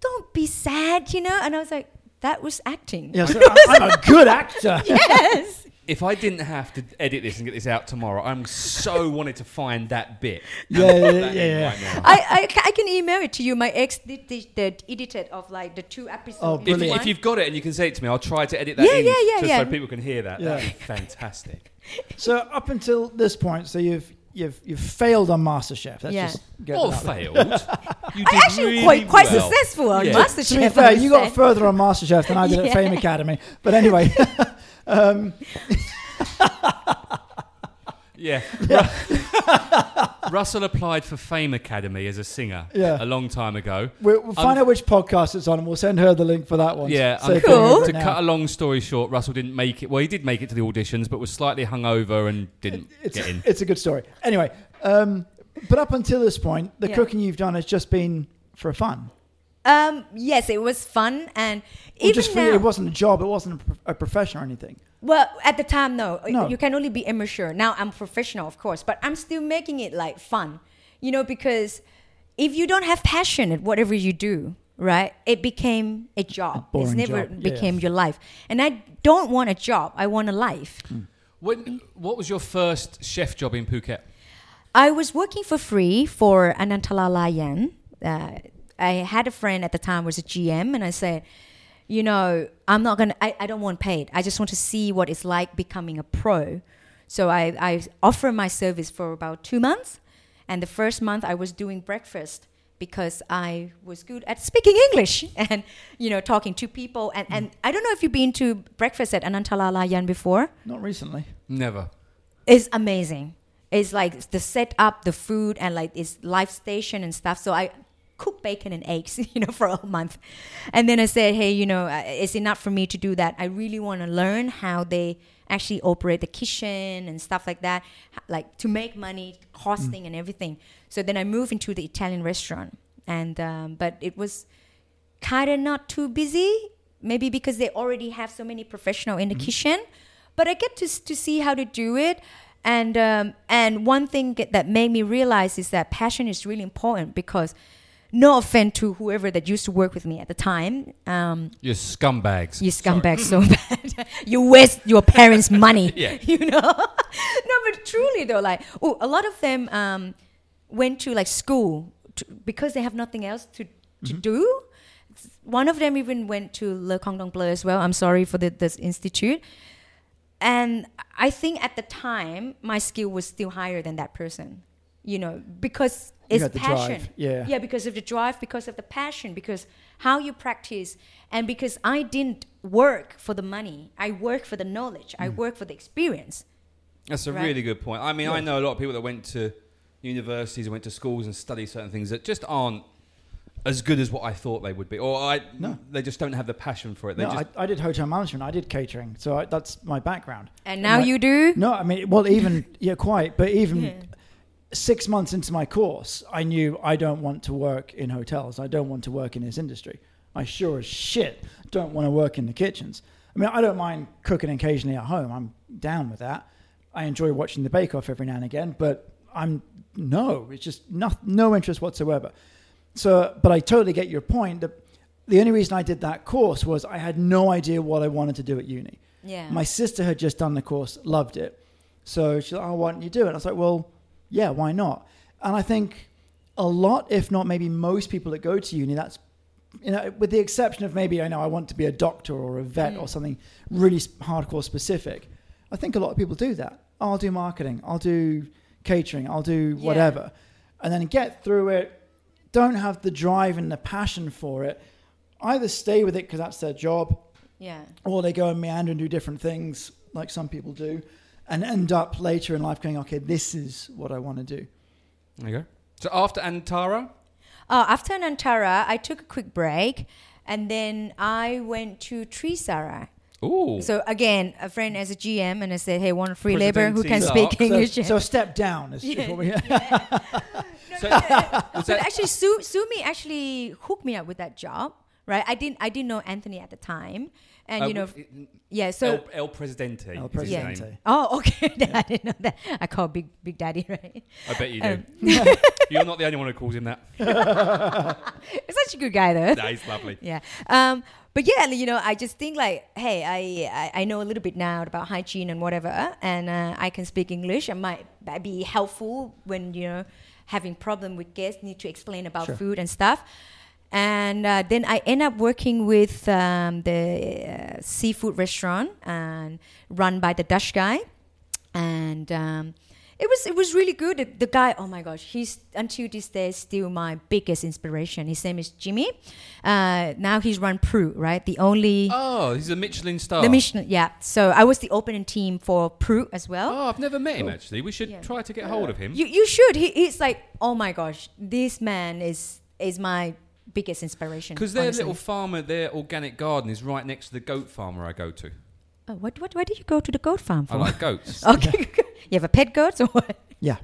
[SPEAKER 3] don't be sad," you know. And I was like, "That was acting."
[SPEAKER 2] Yeah, so I- I'm a good actor.
[SPEAKER 3] <laughs> Yes.
[SPEAKER 1] if I didn't have to edit this and get this out tomorrow, I'm so <laughs> wanted to find that bit.
[SPEAKER 2] Yeah, yeah,
[SPEAKER 1] Put
[SPEAKER 2] yeah,
[SPEAKER 1] that
[SPEAKER 2] yeah,
[SPEAKER 1] in
[SPEAKER 2] yeah.
[SPEAKER 1] right now.
[SPEAKER 3] I, I, ca- I can email it to you. My ex did the, the edited of like the two episodes.
[SPEAKER 2] Oh,
[SPEAKER 3] into
[SPEAKER 1] If,
[SPEAKER 2] Brilliant.
[SPEAKER 1] if
[SPEAKER 3] one.
[SPEAKER 1] you've got it and you can say it to me, I'll try to edit that
[SPEAKER 3] Yeah,
[SPEAKER 1] in
[SPEAKER 3] yeah, yeah,
[SPEAKER 1] just
[SPEAKER 3] yeah.
[SPEAKER 1] so people can hear that.
[SPEAKER 2] Yeah.
[SPEAKER 1] That'd be fantastic.
[SPEAKER 2] So up until this point, so you've you've you've failed on MasterChef. Let's
[SPEAKER 3] Yeah.
[SPEAKER 2] just get
[SPEAKER 1] Or
[SPEAKER 2] that out there.
[SPEAKER 1] failed. <laughs> You did
[SPEAKER 3] I actually
[SPEAKER 1] really
[SPEAKER 3] quite quite
[SPEAKER 1] well.
[SPEAKER 3] successful on
[SPEAKER 1] Yeah.
[SPEAKER 3] MasterChef.
[SPEAKER 2] To be
[SPEAKER 3] I
[SPEAKER 2] fair,
[SPEAKER 3] would
[SPEAKER 2] you
[SPEAKER 3] say.
[SPEAKER 2] got further on MasterChef than I
[SPEAKER 3] <laughs>
[SPEAKER 2] did at Fame Academy. But anyway, um,
[SPEAKER 1] Yeah. Ru- <laughs> Russell applied for Fame Academy as a singer
[SPEAKER 2] Yeah.
[SPEAKER 1] a long time ago.
[SPEAKER 2] we'll, we'll
[SPEAKER 1] Um,
[SPEAKER 2] find out which podcast it's on, and we'll send her the link for that one.
[SPEAKER 1] Yeah,
[SPEAKER 2] So
[SPEAKER 1] um,
[SPEAKER 2] if you're
[SPEAKER 3] Cool.
[SPEAKER 2] over
[SPEAKER 1] To
[SPEAKER 2] it now-
[SPEAKER 1] cut a long story short, Russell didn't make it. Well, he did make it to the auditions, but was slightly hungover and didn't
[SPEAKER 2] it's,
[SPEAKER 1] get in.
[SPEAKER 2] it's a good story. Anyway, um, but up until this point, the
[SPEAKER 3] Yeah.
[SPEAKER 2] cooking you've done has just been for fun.
[SPEAKER 3] Um, yes, it was fun, and
[SPEAKER 2] Well,
[SPEAKER 3] even
[SPEAKER 2] just for
[SPEAKER 3] now,
[SPEAKER 2] you, it wasn't a job, it wasn't a, prof- a profession or anything.
[SPEAKER 3] Well, at the time, no.
[SPEAKER 2] No.
[SPEAKER 3] You can only be amateur. Now I'm professional, of course, but I'm still making it like fun, you know, because if you don't have passion at whatever you do, right, it became a job. it's
[SPEAKER 2] boring
[SPEAKER 3] never
[SPEAKER 2] job, yeah.
[SPEAKER 3] became your life. And I don't want a job. I want a life.
[SPEAKER 1] When, what was your first chef job in Phuket?
[SPEAKER 3] I was working for free for Anantala Layan. Uh, I had a friend at the time was a GM, and I said, you know, I'm not gonna. I, I don't want paid. I just want to see what it's like becoming a pro. So I I offer my service for about two months, and the first month I was doing breakfast because I was good at speaking English <laughs> and you know talking to people. And and I don't know if you've been to breakfast at Anantalalayan before
[SPEAKER 2] Not recently.
[SPEAKER 1] Never.
[SPEAKER 3] is amazing. It's like the setup, the food, and like it's live station and stuff. So I cooked bacon and eggs, <laughs> you know, for a month, and then I said, hey, you know, uh, it's enough for me to do that. I really want to learn how they actually operate the kitchen and stuff like that, h- like to make money, costing and everything. So then I moved into the Italian restaurant, and um, but it was kind of not too busy, maybe because they already have so many professional in the kitchen. But I get to s- to see how to do it, and um, and one thing get- that made me realize is that passion is really important because. No offense to whoever that used to work with me at the time. Um,
[SPEAKER 1] You're scumbags.
[SPEAKER 3] you scumbag so bad. <laughs> you waste your parents' money.
[SPEAKER 1] Yeah.
[SPEAKER 3] <laughs> You know? no, but truly though, like, oh, a lot of them um, went to like school to, because they have nothing else to, to do. One of them even went to Le Cordon Bleu as well. I'm sorry for the, this institute. And I think at the time, my skill was still higher than that person, you know, because
[SPEAKER 2] You
[SPEAKER 3] it's
[SPEAKER 2] had the
[SPEAKER 3] passion.
[SPEAKER 2] drive, yeah.
[SPEAKER 3] Yeah, because of the drive, because of the passion, because how you practice, and because I didn't work for the money. I work for the knowledge.
[SPEAKER 2] Mm.
[SPEAKER 3] I work for the experience.
[SPEAKER 1] That's a
[SPEAKER 3] Right.
[SPEAKER 1] really good point. I mean, I know a lot of people that went to universities and went to schools and study certain things that just aren't as good as what I thought they would be, or I
[SPEAKER 2] No.
[SPEAKER 1] they just don't have the passion for it. They
[SPEAKER 2] No,
[SPEAKER 1] just
[SPEAKER 2] I, I did hotel management. I did catering, so I, that's my background.
[SPEAKER 3] And now
[SPEAKER 2] Right.
[SPEAKER 3] you do.
[SPEAKER 2] No, I mean, well,
[SPEAKER 3] <laughs>
[SPEAKER 2] even yeah, quite. But even
[SPEAKER 3] Yeah.
[SPEAKER 2] six months into my course, I knew I don't want to work in hotels. I don't want to work in this industry. I sure as shit don't want to work in the kitchens. I mean, I don't mind cooking occasionally at home. I'm down with that. I enjoy watching the Bake Off every now and again, but I'm no, it's just no, no interest whatsoever. So, but I totally get your point. That the only reason I did that course was I had no idea what I wanted to do at uni.
[SPEAKER 3] Yeah.
[SPEAKER 2] My sister had just done the course, loved it. So she's like, oh, why don't you do it? I was like, well, yeah, why not? And I think a lot, if not maybe most people that go to uni, that's, you know, with the exception of maybe, I know I want to be a doctor or a vet
[SPEAKER 3] Mm.
[SPEAKER 2] or something really s- hardcore specific. I think a lot of people do that. I'll do marketing, I'll do catering, I'll do
[SPEAKER 3] Yeah.
[SPEAKER 2] whatever. And then get through it, don't have the drive and the passion for it. Either stay with it because that's their job,
[SPEAKER 3] yeah.
[SPEAKER 2] or they go and meander and do different things like some people do and end up later in life going okay this is what i want to do
[SPEAKER 1] there you go. So after Antara,
[SPEAKER 3] Oh, after Nantara, I took a quick break, and then I went to Trisara.
[SPEAKER 1] ooh,
[SPEAKER 3] So again, a friend as a GM, and I said, "Hey, want a free labor who can
[SPEAKER 1] Presidente.
[SPEAKER 3] speak
[SPEAKER 1] So-
[SPEAKER 3] English?"
[SPEAKER 2] so, so a step down is, is what we <laughs>
[SPEAKER 1] So- was
[SPEAKER 3] <laughs> But
[SPEAKER 1] that-
[SPEAKER 3] actually, Su- Sumi actually hooked me up with that job, right? I didn't, I didn't know Anthony at the time, and
[SPEAKER 1] uh,
[SPEAKER 3] you know,
[SPEAKER 1] w- it-
[SPEAKER 3] yeah. So
[SPEAKER 1] El, El Presidente.
[SPEAKER 2] El
[SPEAKER 1] is his name.
[SPEAKER 2] Presidente.
[SPEAKER 3] Oh, okay. <laughs> I didn't know that. I call Big Big Daddy, <laughs> right? Um,
[SPEAKER 1] I bet you do. <laughs> You're not the only one who calls him
[SPEAKER 3] <laughs>
[SPEAKER 1] that.
[SPEAKER 3] He's such a good guy, though.
[SPEAKER 1] That is lovely.
[SPEAKER 3] Yeah. Um, but yeah, you know, I just think like, hey, I, I I know a little bit now about hygiene and whatever, and uh, I can speak English. and might that'd be helpful when you know having problem with guests need to explain about
[SPEAKER 2] Sure.
[SPEAKER 3] food and stuff. And uh, then I end up working with um, the uh, seafood restaurant and run by the Dutch guy, and um, it was it was really good. The, the guy, oh my gosh, he's until this day still my biggest inspiration. His name is Jimmy. Uh, now he's run Pru, right? The only
[SPEAKER 1] Oh, he's a Michelin star.
[SPEAKER 3] the mission, yeah. So I was the opening team for Pru as well.
[SPEAKER 1] Oh, I've never met him actually. We should
[SPEAKER 3] Yeah.
[SPEAKER 1] try to get hold of him.
[SPEAKER 3] You you should. He, he's like, oh my gosh, this man is is my biggest inspiration.
[SPEAKER 1] Because their
[SPEAKER 3] honestly.
[SPEAKER 1] little farmer, their organic garden is right next to the goat farmer I go to.
[SPEAKER 3] Oh, what what why did you go to the goat farm
[SPEAKER 1] I
[SPEAKER 3] for? Oh.
[SPEAKER 1] like goats.
[SPEAKER 3] <laughs> okay, you have a pet goat or what?
[SPEAKER 2] yeah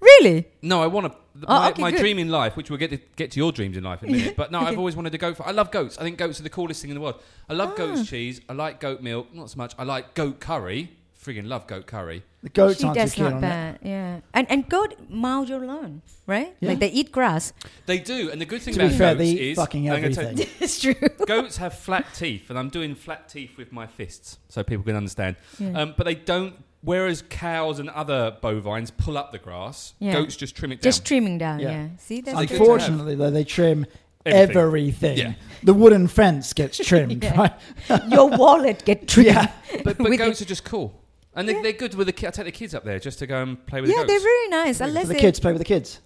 [SPEAKER 3] Really?
[SPEAKER 1] No, I want to.
[SPEAKER 3] Oh,
[SPEAKER 1] my
[SPEAKER 3] okay,
[SPEAKER 1] my
[SPEAKER 3] good.
[SPEAKER 1] dream in life, which we'll get to, get to your dreams in life in a minute. But no, I've always wanted to go for. I love goats. I think goats are the coolest thing in the world. I love goat's cheese. I like goat milk, not so much. I like goat curry. Friggin' love goat curry.
[SPEAKER 2] the goats
[SPEAKER 3] Actually,
[SPEAKER 2] aren't too
[SPEAKER 3] that's
[SPEAKER 2] keen
[SPEAKER 3] not
[SPEAKER 2] on it
[SPEAKER 3] bad. Yeah, and and goat mow your lawn, right?
[SPEAKER 2] Yeah.
[SPEAKER 3] Like they eat grass.
[SPEAKER 1] They do, and the good thing
[SPEAKER 2] to
[SPEAKER 1] about
[SPEAKER 2] be fair
[SPEAKER 1] goats
[SPEAKER 2] they
[SPEAKER 1] is
[SPEAKER 2] eat fucking
[SPEAKER 1] I'm gonna tell-
[SPEAKER 2] everything
[SPEAKER 3] it's true.
[SPEAKER 1] <laughs> goats have flat teeth, and I'm doing flat teeth with my fists so people can understand.
[SPEAKER 3] Yeah.
[SPEAKER 1] Um, but they don't. Whereas cows and other bovines pull up the grass,
[SPEAKER 3] Yeah.
[SPEAKER 1] goats just trim it down.
[SPEAKER 3] <laughs> Just trimming down. Yeah.
[SPEAKER 2] Yeah.
[SPEAKER 3] See, that's
[SPEAKER 1] Sounds
[SPEAKER 3] good.
[SPEAKER 1] good.
[SPEAKER 2] unfortunately though they trim
[SPEAKER 5] Everything.
[SPEAKER 2] everything.
[SPEAKER 5] Yeah.
[SPEAKER 2] The wooden fence
[SPEAKER 3] <laughs>
[SPEAKER 2] gets trimmed,
[SPEAKER 3] Yeah.
[SPEAKER 2] right?
[SPEAKER 3] Your wallet get tripped.
[SPEAKER 2] <laughs> Yeah.
[SPEAKER 1] But, but
[SPEAKER 3] With
[SPEAKER 1] goats are just cool. And they, they're good with the kids. I take the kids up there just to go and play with
[SPEAKER 3] Yeah,
[SPEAKER 1] the
[SPEAKER 3] they're
[SPEAKER 1] goats.
[SPEAKER 3] very nice.
[SPEAKER 2] So
[SPEAKER 3] Unless
[SPEAKER 2] the
[SPEAKER 3] they-
[SPEAKER 2] kids play with the kids.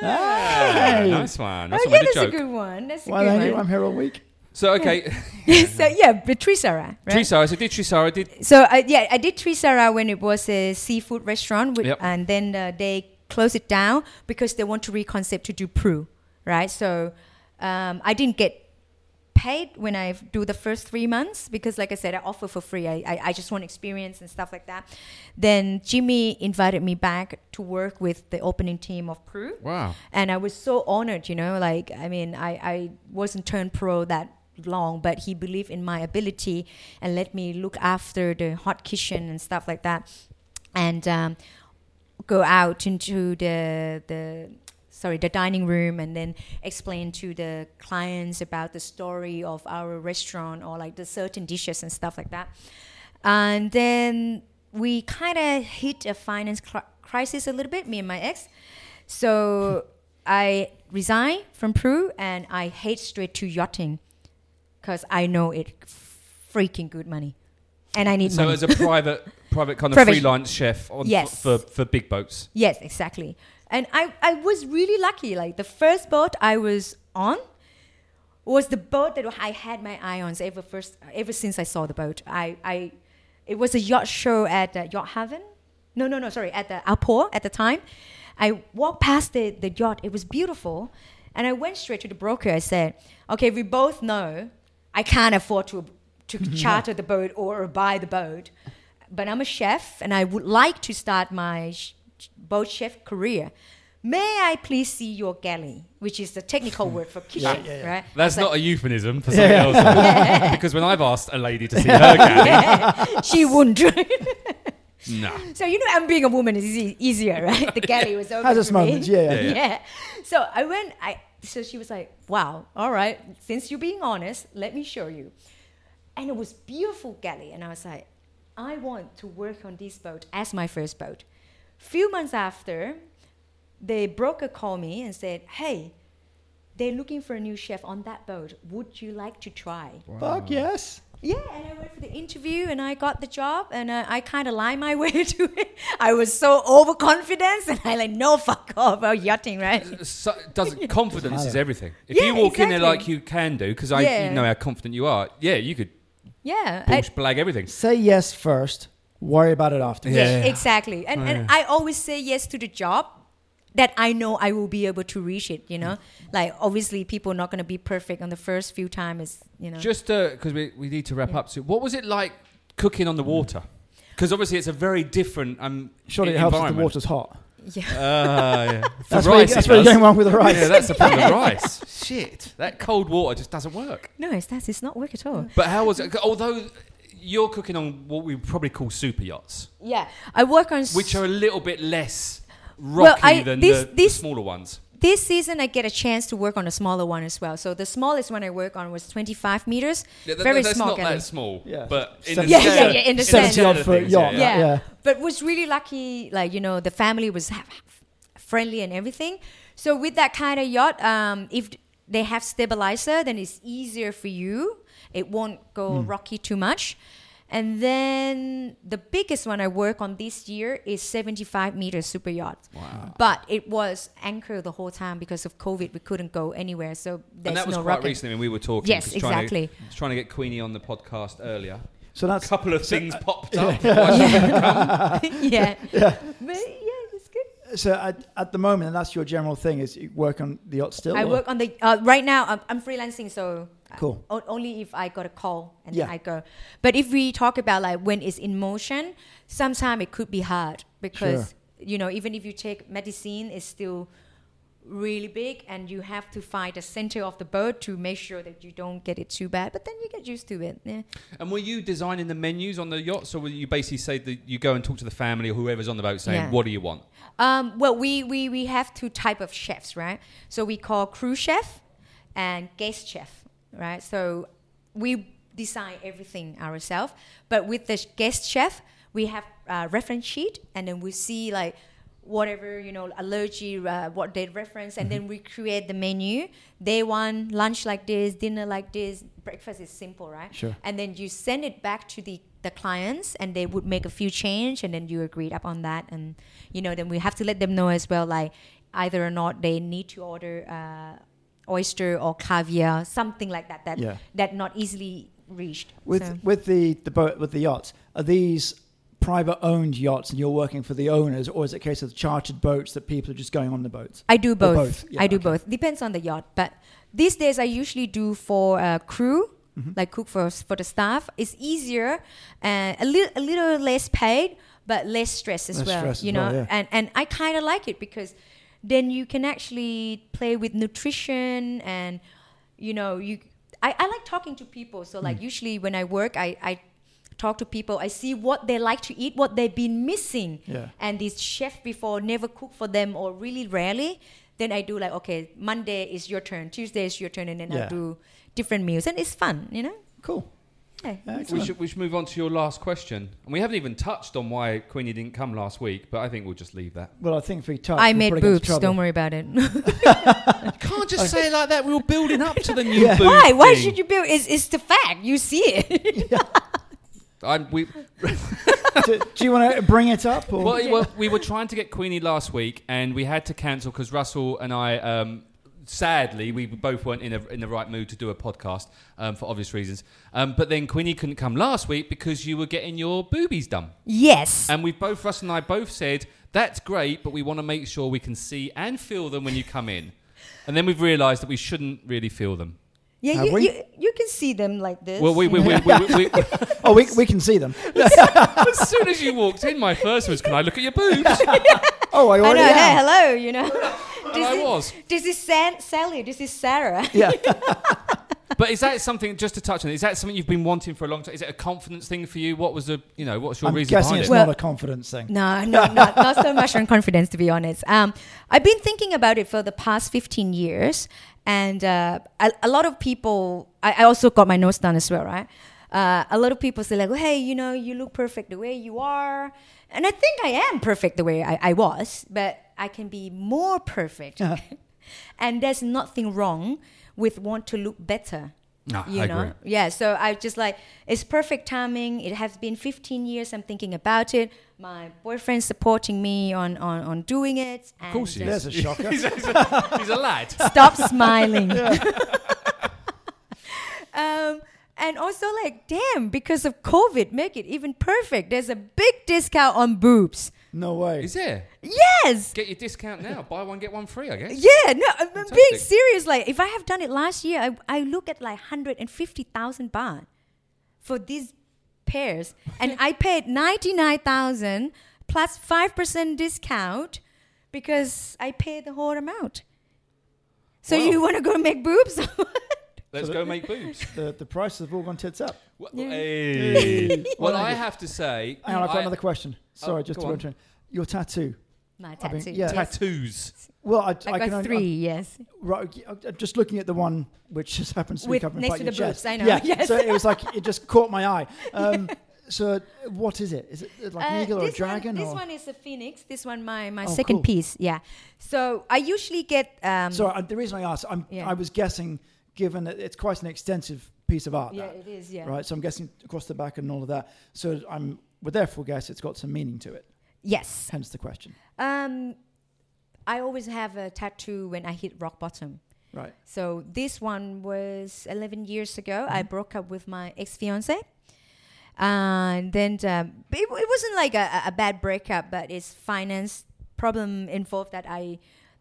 [SPEAKER 1] Yeah.
[SPEAKER 2] Hey.
[SPEAKER 1] Nice one. That's
[SPEAKER 3] Oh,
[SPEAKER 1] always
[SPEAKER 3] yeah,
[SPEAKER 1] a
[SPEAKER 3] that's a
[SPEAKER 1] joke.
[SPEAKER 3] good one. That's a
[SPEAKER 2] Well,
[SPEAKER 3] good
[SPEAKER 2] thank you.
[SPEAKER 3] one.
[SPEAKER 2] I'm here all week.
[SPEAKER 1] So, okay.
[SPEAKER 3] so yeah, but Trisara, <laughs> right?
[SPEAKER 1] Trisara. So, did Trisara, did
[SPEAKER 3] So I, yeah, I did Trisara when it was a seafood restaurant, with,
[SPEAKER 1] Yep.
[SPEAKER 3] and then uh, they closed it down because they want to reconcept to do Pru, right? So um, I didn't get paid when I do the first three months because, like I said, I offer for free. I, I, I just want experience and stuff like that. Then Jimmy invited me back to work with the opening team of Pru
[SPEAKER 1] Wow.
[SPEAKER 3] and I was so honored, you know, like I mean, I, I wasn't turned pro that long, but he believed in my ability and let me look after the hot kitchen and stuff like that, and um, go out into the the sorry the dining room and then explain to the clients about the story of our restaurant or like the certain dishes and stuff like that and then we kind of hit a finance cri- crisis a little bit me and my ex so <laughs> i resigned from peru and i head straight to yachting because i know it freaking good money and i need
[SPEAKER 1] So,
[SPEAKER 3] money
[SPEAKER 1] as a private, <laughs> private kind of
[SPEAKER 3] Mm-hmm. Private-
[SPEAKER 1] freelance chef on,
[SPEAKER 3] Yes.
[SPEAKER 1] for, for big boats.
[SPEAKER 3] Yes, exactly. And I, I was really lucky. Like the first boat I was on was the boat that I had my eye on ever first ever since I saw the boat. I, I it was a yacht show at uh, Yacht Haven. No, no, no, sorry, at the Alport at the time. I walked past the, the yacht. It was beautiful. And I went straight to the broker. I said, okay, we both know I can't afford to,
[SPEAKER 2] <laughs>
[SPEAKER 3] to charter the boat or buy the boat, but I'm a chef and I would like to start my sh- boat chef career. May I please see your galley, which is the
[SPEAKER 2] <laughs>
[SPEAKER 3] technical word for kitchen,
[SPEAKER 2] yeah, yeah.
[SPEAKER 3] right?
[SPEAKER 1] That's
[SPEAKER 3] I was
[SPEAKER 1] not a euphemism
[SPEAKER 3] <laughs>
[SPEAKER 1] for something
[SPEAKER 2] Yeah.
[SPEAKER 1] else. because when I've asked a lady to see her
[SPEAKER 3] <laughs>
[SPEAKER 1] cat,
[SPEAKER 3] like, she
[SPEAKER 1] <laughs>
[SPEAKER 3] wouldn't.
[SPEAKER 1] nah.
[SPEAKER 3] so you know, I'm being a woman is e- easier, right? The galley was open.
[SPEAKER 2] Has its
[SPEAKER 3] for me.
[SPEAKER 2] moments,
[SPEAKER 3] <laughs>
[SPEAKER 2] yeah, yeah.
[SPEAKER 1] Yeah, yeah.
[SPEAKER 3] So I went. I so she was like, "Wow, all right. Since you're being honest, let me show you." And it was beautiful galley, and I was like, "I want to work on this boat as my first boat." Few months after, the broker called me and said, "Hey." They're looking for a new chef on that boat. Would you like to try?
[SPEAKER 2] Fuck yes.
[SPEAKER 3] Yeah, and I went for the interview and I got the job and uh, I, I kind of lied my <laughs> way to it. I was so overconfident and I like, no, fuck off, about yachting, right?
[SPEAKER 1] So,
[SPEAKER 3] <laughs>
[SPEAKER 1] doesn't confidence is
[SPEAKER 2] matter.
[SPEAKER 1] everything. If
[SPEAKER 3] Yeah,
[SPEAKER 1] you walk in there
[SPEAKER 3] exactly.
[SPEAKER 1] like you can do, because I
[SPEAKER 3] Yeah.
[SPEAKER 1] you know how confident you are, yeah, you could
[SPEAKER 3] Yeah. I-
[SPEAKER 1] bullsh blag everything.
[SPEAKER 2] Say yes first. Worry about it after.
[SPEAKER 1] Yeah. Oh,
[SPEAKER 3] yeah, exactly. And, and I always say yes to the job that I know I will be able to reach it, you
[SPEAKER 1] Mm.
[SPEAKER 3] know? Like, obviously, people are not going to be perfect on the first few times, you know?
[SPEAKER 1] Just because we, we need to wrap up. So, what was it like cooking on the water? Because Mm. obviously it's a very different um,
[SPEAKER 2] Surely
[SPEAKER 1] e-
[SPEAKER 2] it helps if the
[SPEAKER 1] environment.
[SPEAKER 2] water's hot.
[SPEAKER 3] yeah.
[SPEAKER 1] <laughs> Ah, <laughs> yeah. For
[SPEAKER 2] That's, where,
[SPEAKER 1] rice,
[SPEAKER 2] you, that's
[SPEAKER 1] it
[SPEAKER 2] where you're
[SPEAKER 1] does.
[SPEAKER 2] going wrong with the rice.
[SPEAKER 1] Yeah, that's the problem with rice. <laughs> Shit, that cold water just doesn't work.
[SPEAKER 3] No, it's, that's, it's not work at all.
[SPEAKER 1] But how was it? Although you're cooking on what we probably call super yachts,
[SPEAKER 3] Yeah. I work on. s-
[SPEAKER 1] which are a little bit less rocky
[SPEAKER 3] Well, I-
[SPEAKER 1] than
[SPEAKER 3] this-
[SPEAKER 1] the, the
[SPEAKER 3] this-
[SPEAKER 1] smaller ones.
[SPEAKER 3] this season I get a chance to work on a smaller one as well. So the smallest one I work on was 25 meters,
[SPEAKER 1] Yeah, th-
[SPEAKER 3] very
[SPEAKER 1] th- that's
[SPEAKER 3] small
[SPEAKER 1] not
[SPEAKER 3] galley.
[SPEAKER 1] that small.
[SPEAKER 2] Yeah.
[SPEAKER 1] But in the
[SPEAKER 2] Seventy- Yeah,
[SPEAKER 1] scale-
[SPEAKER 3] yeah, yeah, in the
[SPEAKER 1] scale
[SPEAKER 2] 70
[SPEAKER 1] of
[SPEAKER 2] odd foot
[SPEAKER 1] things,
[SPEAKER 2] yacht.
[SPEAKER 3] yeah.
[SPEAKER 2] Yeah.
[SPEAKER 3] But was really lucky, like, you know, the family was ha- friendly and everything. So with that kind of yacht, um, if they have stabilizer, then it's easier for you. It won't go rocky too much. And then the biggest one I work on this year is 75 meter super yacht. Wow. But it was anchored the whole time because of COVID. We couldn't go anywhere. So there's
[SPEAKER 1] and that was
[SPEAKER 3] no
[SPEAKER 1] quite
[SPEAKER 3] rocket.
[SPEAKER 1] recently when we were talking.
[SPEAKER 3] Yes,
[SPEAKER 1] 'cause trying to-
[SPEAKER 3] exactly.
[SPEAKER 1] I was Trying to get Queenie on the podcast earlier.
[SPEAKER 2] So
[SPEAKER 1] A
[SPEAKER 2] that's
[SPEAKER 1] couple of things <laughs> popped up.
[SPEAKER 3] yeah. <laughs> yeah. But yeah, it's good.
[SPEAKER 2] so at, at the moment, and that's your general thing is you work on the yacht still.
[SPEAKER 3] I
[SPEAKER 2] or-
[SPEAKER 3] work on the uh, right now. I'm, I'm freelancing, so uh,
[SPEAKER 2] Cool.
[SPEAKER 3] o- only if I got a call and
[SPEAKER 2] Yeah.
[SPEAKER 3] I go. But if we talk about like when it's in motion, sometimes it could be hard because you know even if you take medicine, it's still really big, and you have to find the center of the boat to make sure that you don't get it too bad. But then you get used to it. Yeah.
[SPEAKER 1] And were you designing the menus on the yacht? So were you basically say that you go and talk to the family or whoever's on the boat saying,
[SPEAKER 3] Yeah.
[SPEAKER 1] what do you want?
[SPEAKER 3] Um, well, we, we, we have two type of chefs, right? So we call crew chef and guest chef, right? So we design everything ourselves, but with the guest chef, we have a reference sheet, and then we see like whatever you know allergy uh, what they reference and then we create the menu day one lunch like this dinner like this breakfast is simple right
[SPEAKER 2] Sure.
[SPEAKER 3] and then you send it back to the the clients and they would make a few change and then you agreed upon that and you know then we have to let them know as well like either or not they need to order uh, oyster or caviar something like that that
[SPEAKER 2] Yeah.
[SPEAKER 3] that not easily reached
[SPEAKER 2] With
[SPEAKER 3] So-
[SPEAKER 2] with the the boat with the yachts, are these private owned yachts, and you're working for the owners, or is it a case of chartered boats that people are just going on the boats?
[SPEAKER 3] I do both.
[SPEAKER 2] both. Yeah,
[SPEAKER 3] I do
[SPEAKER 2] okay.
[SPEAKER 3] both. Depends on the yacht, but these days I usually do for uh, crew,
[SPEAKER 2] Mm-hmm.
[SPEAKER 3] like cook for for the staff. It's easier, and a little a little less paid, but less stress as
[SPEAKER 2] Less
[SPEAKER 3] well.
[SPEAKER 2] stress as
[SPEAKER 3] you know,
[SPEAKER 2] well, yeah.
[SPEAKER 3] and and I kind of like it because then you can actually play with nutrition and you know you. I, I like talking to people, so like usually when I work, I, I talk to people. I see what they like to eat, what they've been missing,
[SPEAKER 2] Yeah.
[SPEAKER 3] and this chef before never cooked for them or really rarely, then I do like, okay, Monday is your turn, Tuesday is your turn, and then
[SPEAKER 2] Yeah.
[SPEAKER 3] I do different meals. And it's fun, you know?
[SPEAKER 2] Cool.
[SPEAKER 3] Yeah.
[SPEAKER 1] We
[SPEAKER 2] Excellent.
[SPEAKER 1] should, we should move on to your last question. And we haven't even touched on why Queenie didn't come last week, but I think we'll just leave that.
[SPEAKER 2] Well, I think if we touch,
[SPEAKER 3] I
[SPEAKER 2] we'll probably
[SPEAKER 3] made
[SPEAKER 2] get into
[SPEAKER 3] boobs,
[SPEAKER 2] trouble.
[SPEAKER 3] don't worry about it.
[SPEAKER 1] You can't just say it like that. We were building up to
[SPEAKER 3] <laughs>
[SPEAKER 1] the new
[SPEAKER 2] Yeah.
[SPEAKER 1] boob
[SPEAKER 3] Why? Why
[SPEAKER 1] thing.
[SPEAKER 3] should you be? It's, it's the fact, you see it. <laughs>
[SPEAKER 1] I'm, we,
[SPEAKER 2] <laughs> do, do you want to bring it up? Or?
[SPEAKER 1] well, well, we were trying to get Queenie last week, and we had to cancel because Russell and I, um, sadly, we both weren't in, a, in the right mood to do a podcast um, for obvious reasons. Um, but then Queenie couldn't come last week because you were getting your boobies done,
[SPEAKER 3] yes.
[SPEAKER 1] and we both, Russell and I, both said that's great, but we want to make sure we can see and feel them when you come in. And then we've realised that we shouldn't really feel them.
[SPEAKER 3] yeah,
[SPEAKER 2] Have
[SPEAKER 3] you,
[SPEAKER 2] we?
[SPEAKER 3] you, you can see them like this.
[SPEAKER 1] Well, we, we,
[SPEAKER 3] you <laughs>
[SPEAKER 1] we,
[SPEAKER 3] know.
[SPEAKER 1] we, we, we, <laughs>
[SPEAKER 2] oh, we, we can see them.
[SPEAKER 1] as soon as you walked in, my first was, "Can I look at your boobs?"
[SPEAKER 2] Oh, I
[SPEAKER 3] I
[SPEAKER 2] already
[SPEAKER 3] know, hey,
[SPEAKER 2] have.
[SPEAKER 3] hello,
[SPEAKER 1] <laughs>
[SPEAKER 3] you know?
[SPEAKER 1] And I was.
[SPEAKER 3] This is San- Sally, this is Sarah. <laughs>
[SPEAKER 2] Yeah.
[SPEAKER 1] But is that something just to touch on? Is that something you've been wanting for a long time? Is it a confidence thing for you? What was the you know what's your
[SPEAKER 2] I'm
[SPEAKER 1] reason
[SPEAKER 2] guessing
[SPEAKER 1] behind
[SPEAKER 2] it's
[SPEAKER 1] it?
[SPEAKER 3] Well-
[SPEAKER 2] not a confidence thing.
[SPEAKER 3] No, no, not, not so much on confidence, to be honest. Um, I've been thinking about it for the past 15 years. And uh, a, a lot of people, I, I also got my nose done as well, right? Uh, a lot of people say, like, well, hey, you know, you look perfect the way you are. And I think I am perfect the way I, I was, but I can be more perfect. <laughs> and there's nothing wrong with want to look better.
[SPEAKER 1] No,
[SPEAKER 3] you
[SPEAKER 1] I
[SPEAKER 3] know?
[SPEAKER 1] agree.
[SPEAKER 3] Yeah, so I just like it's perfect timing. It has been 15 years. I'm thinking about it. My boyfriend's supporting me on on, on doing it. And
[SPEAKER 1] Of course, he
[SPEAKER 3] uh,
[SPEAKER 1] is.
[SPEAKER 2] There's a
[SPEAKER 1] <laughs> <laughs>
[SPEAKER 2] shocker.
[SPEAKER 1] he's, a, he's a- he's a lad. <laughs>
[SPEAKER 3] Stop smiling. <laughs> um, and also, like, damn, because of COVID, make it even perfect. There's a big discount on boobs.
[SPEAKER 2] No way.
[SPEAKER 1] Is there?
[SPEAKER 3] Yes.
[SPEAKER 1] Get your discount now. Buy one, get one free. I guess.
[SPEAKER 3] Yeah, no, I'm I'm being
[SPEAKER 1] Fantastic.
[SPEAKER 3] serious. Like, if I have done it last year, I, I look at like 150,000 baht for these pairs. And
[SPEAKER 2] <laughs>
[SPEAKER 3] I paid 99,000 plus 5% discount because I paid the whole amount. So
[SPEAKER 1] Wow.
[SPEAKER 3] you want to go make boobs?
[SPEAKER 1] Let's go make boobs.
[SPEAKER 2] The, the prices have all gone tits up.
[SPEAKER 1] Well,
[SPEAKER 3] Yeah.
[SPEAKER 1] hey. well, I have to say,
[SPEAKER 2] Hang on, I've got
[SPEAKER 1] I-
[SPEAKER 2] another question. Sorry,
[SPEAKER 3] Oh,
[SPEAKER 2] just
[SPEAKER 1] go
[SPEAKER 2] to
[SPEAKER 1] on.
[SPEAKER 2] interrupt. Your tattoo.
[SPEAKER 3] My
[SPEAKER 2] I mean,
[SPEAKER 3] tattoo.
[SPEAKER 2] yeah.
[SPEAKER 3] yes.
[SPEAKER 1] tattoos.
[SPEAKER 2] Well, I,
[SPEAKER 3] I,
[SPEAKER 2] I
[SPEAKER 3] got
[SPEAKER 2] can only- uh,
[SPEAKER 3] three,
[SPEAKER 2] I'm-
[SPEAKER 3] yes.
[SPEAKER 2] Right, I'm I'm just looking at the one which <laughs> just happens to be
[SPEAKER 3] With-
[SPEAKER 2] covering
[SPEAKER 3] next
[SPEAKER 2] part
[SPEAKER 3] to
[SPEAKER 2] of your
[SPEAKER 3] the
[SPEAKER 2] chest.
[SPEAKER 3] boobs, I know,
[SPEAKER 2] Yeah,
[SPEAKER 3] yes.
[SPEAKER 2] so it was like
[SPEAKER 3] <laughs>
[SPEAKER 2] it just caught my eye. Um, So what is it? Is it like an
[SPEAKER 3] Uh,
[SPEAKER 2] eagle or a
[SPEAKER 3] this
[SPEAKER 2] dragon?
[SPEAKER 3] One, this
[SPEAKER 2] or?
[SPEAKER 3] one is a phoenix. This one, my, my
[SPEAKER 2] Oh,
[SPEAKER 3] second
[SPEAKER 2] cool.
[SPEAKER 3] piece. Yeah. So I usually get. Um,
[SPEAKER 2] Sorry, I- the reason I asked, I'm,
[SPEAKER 3] Yeah.
[SPEAKER 2] I was guessing, given that it's quite an extensive piece of art,
[SPEAKER 3] yeah,
[SPEAKER 2] that,
[SPEAKER 3] it is. Yeah.
[SPEAKER 2] right? So I'm guessing across the back and all of that. So I'm would therefore guess it's got some meaning to it.
[SPEAKER 3] Yes.
[SPEAKER 2] Hence the question,
[SPEAKER 3] Um, I always have a tattoo when I hit rock bottom.
[SPEAKER 2] right?
[SPEAKER 3] So this one was 11 years ago. I broke up with my ex fiance. And then um, it, it wasn't like a, a bad breakup, but it's finance problem involved that I,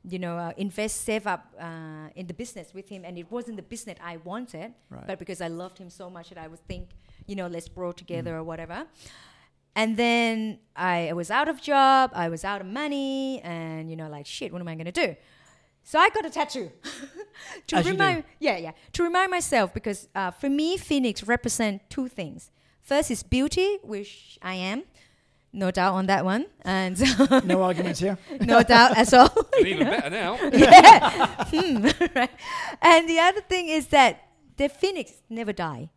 [SPEAKER 3] you know, uh, invest, save up uh, in the business with him. And it wasn't the business I wanted,
[SPEAKER 2] Right.
[SPEAKER 3] but because I loved him so much that I would think, you know, let's grow
[SPEAKER 2] Mm.
[SPEAKER 3] together or whatever. And then I was out of job, I was out of money, and you know, like shit, what am I gonna do? So I got a tattoo <laughs> to
[SPEAKER 2] As you do.
[SPEAKER 3] remind, yeah, yeah, to remind myself because uh, for me, Phoenix represent two things. First is beauty, which I am, no doubt on that one, and
[SPEAKER 2] <laughs> No arguments here.
[SPEAKER 3] <laughs> no doubt at all.
[SPEAKER 2] <laughs>
[SPEAKER 1] And even better
[SPEAKER 3] <laughs>
[SPEAKER 1] now.
[SPEAKER 3] yeah. Hmm, right. And the other thing is that the phoenix never die,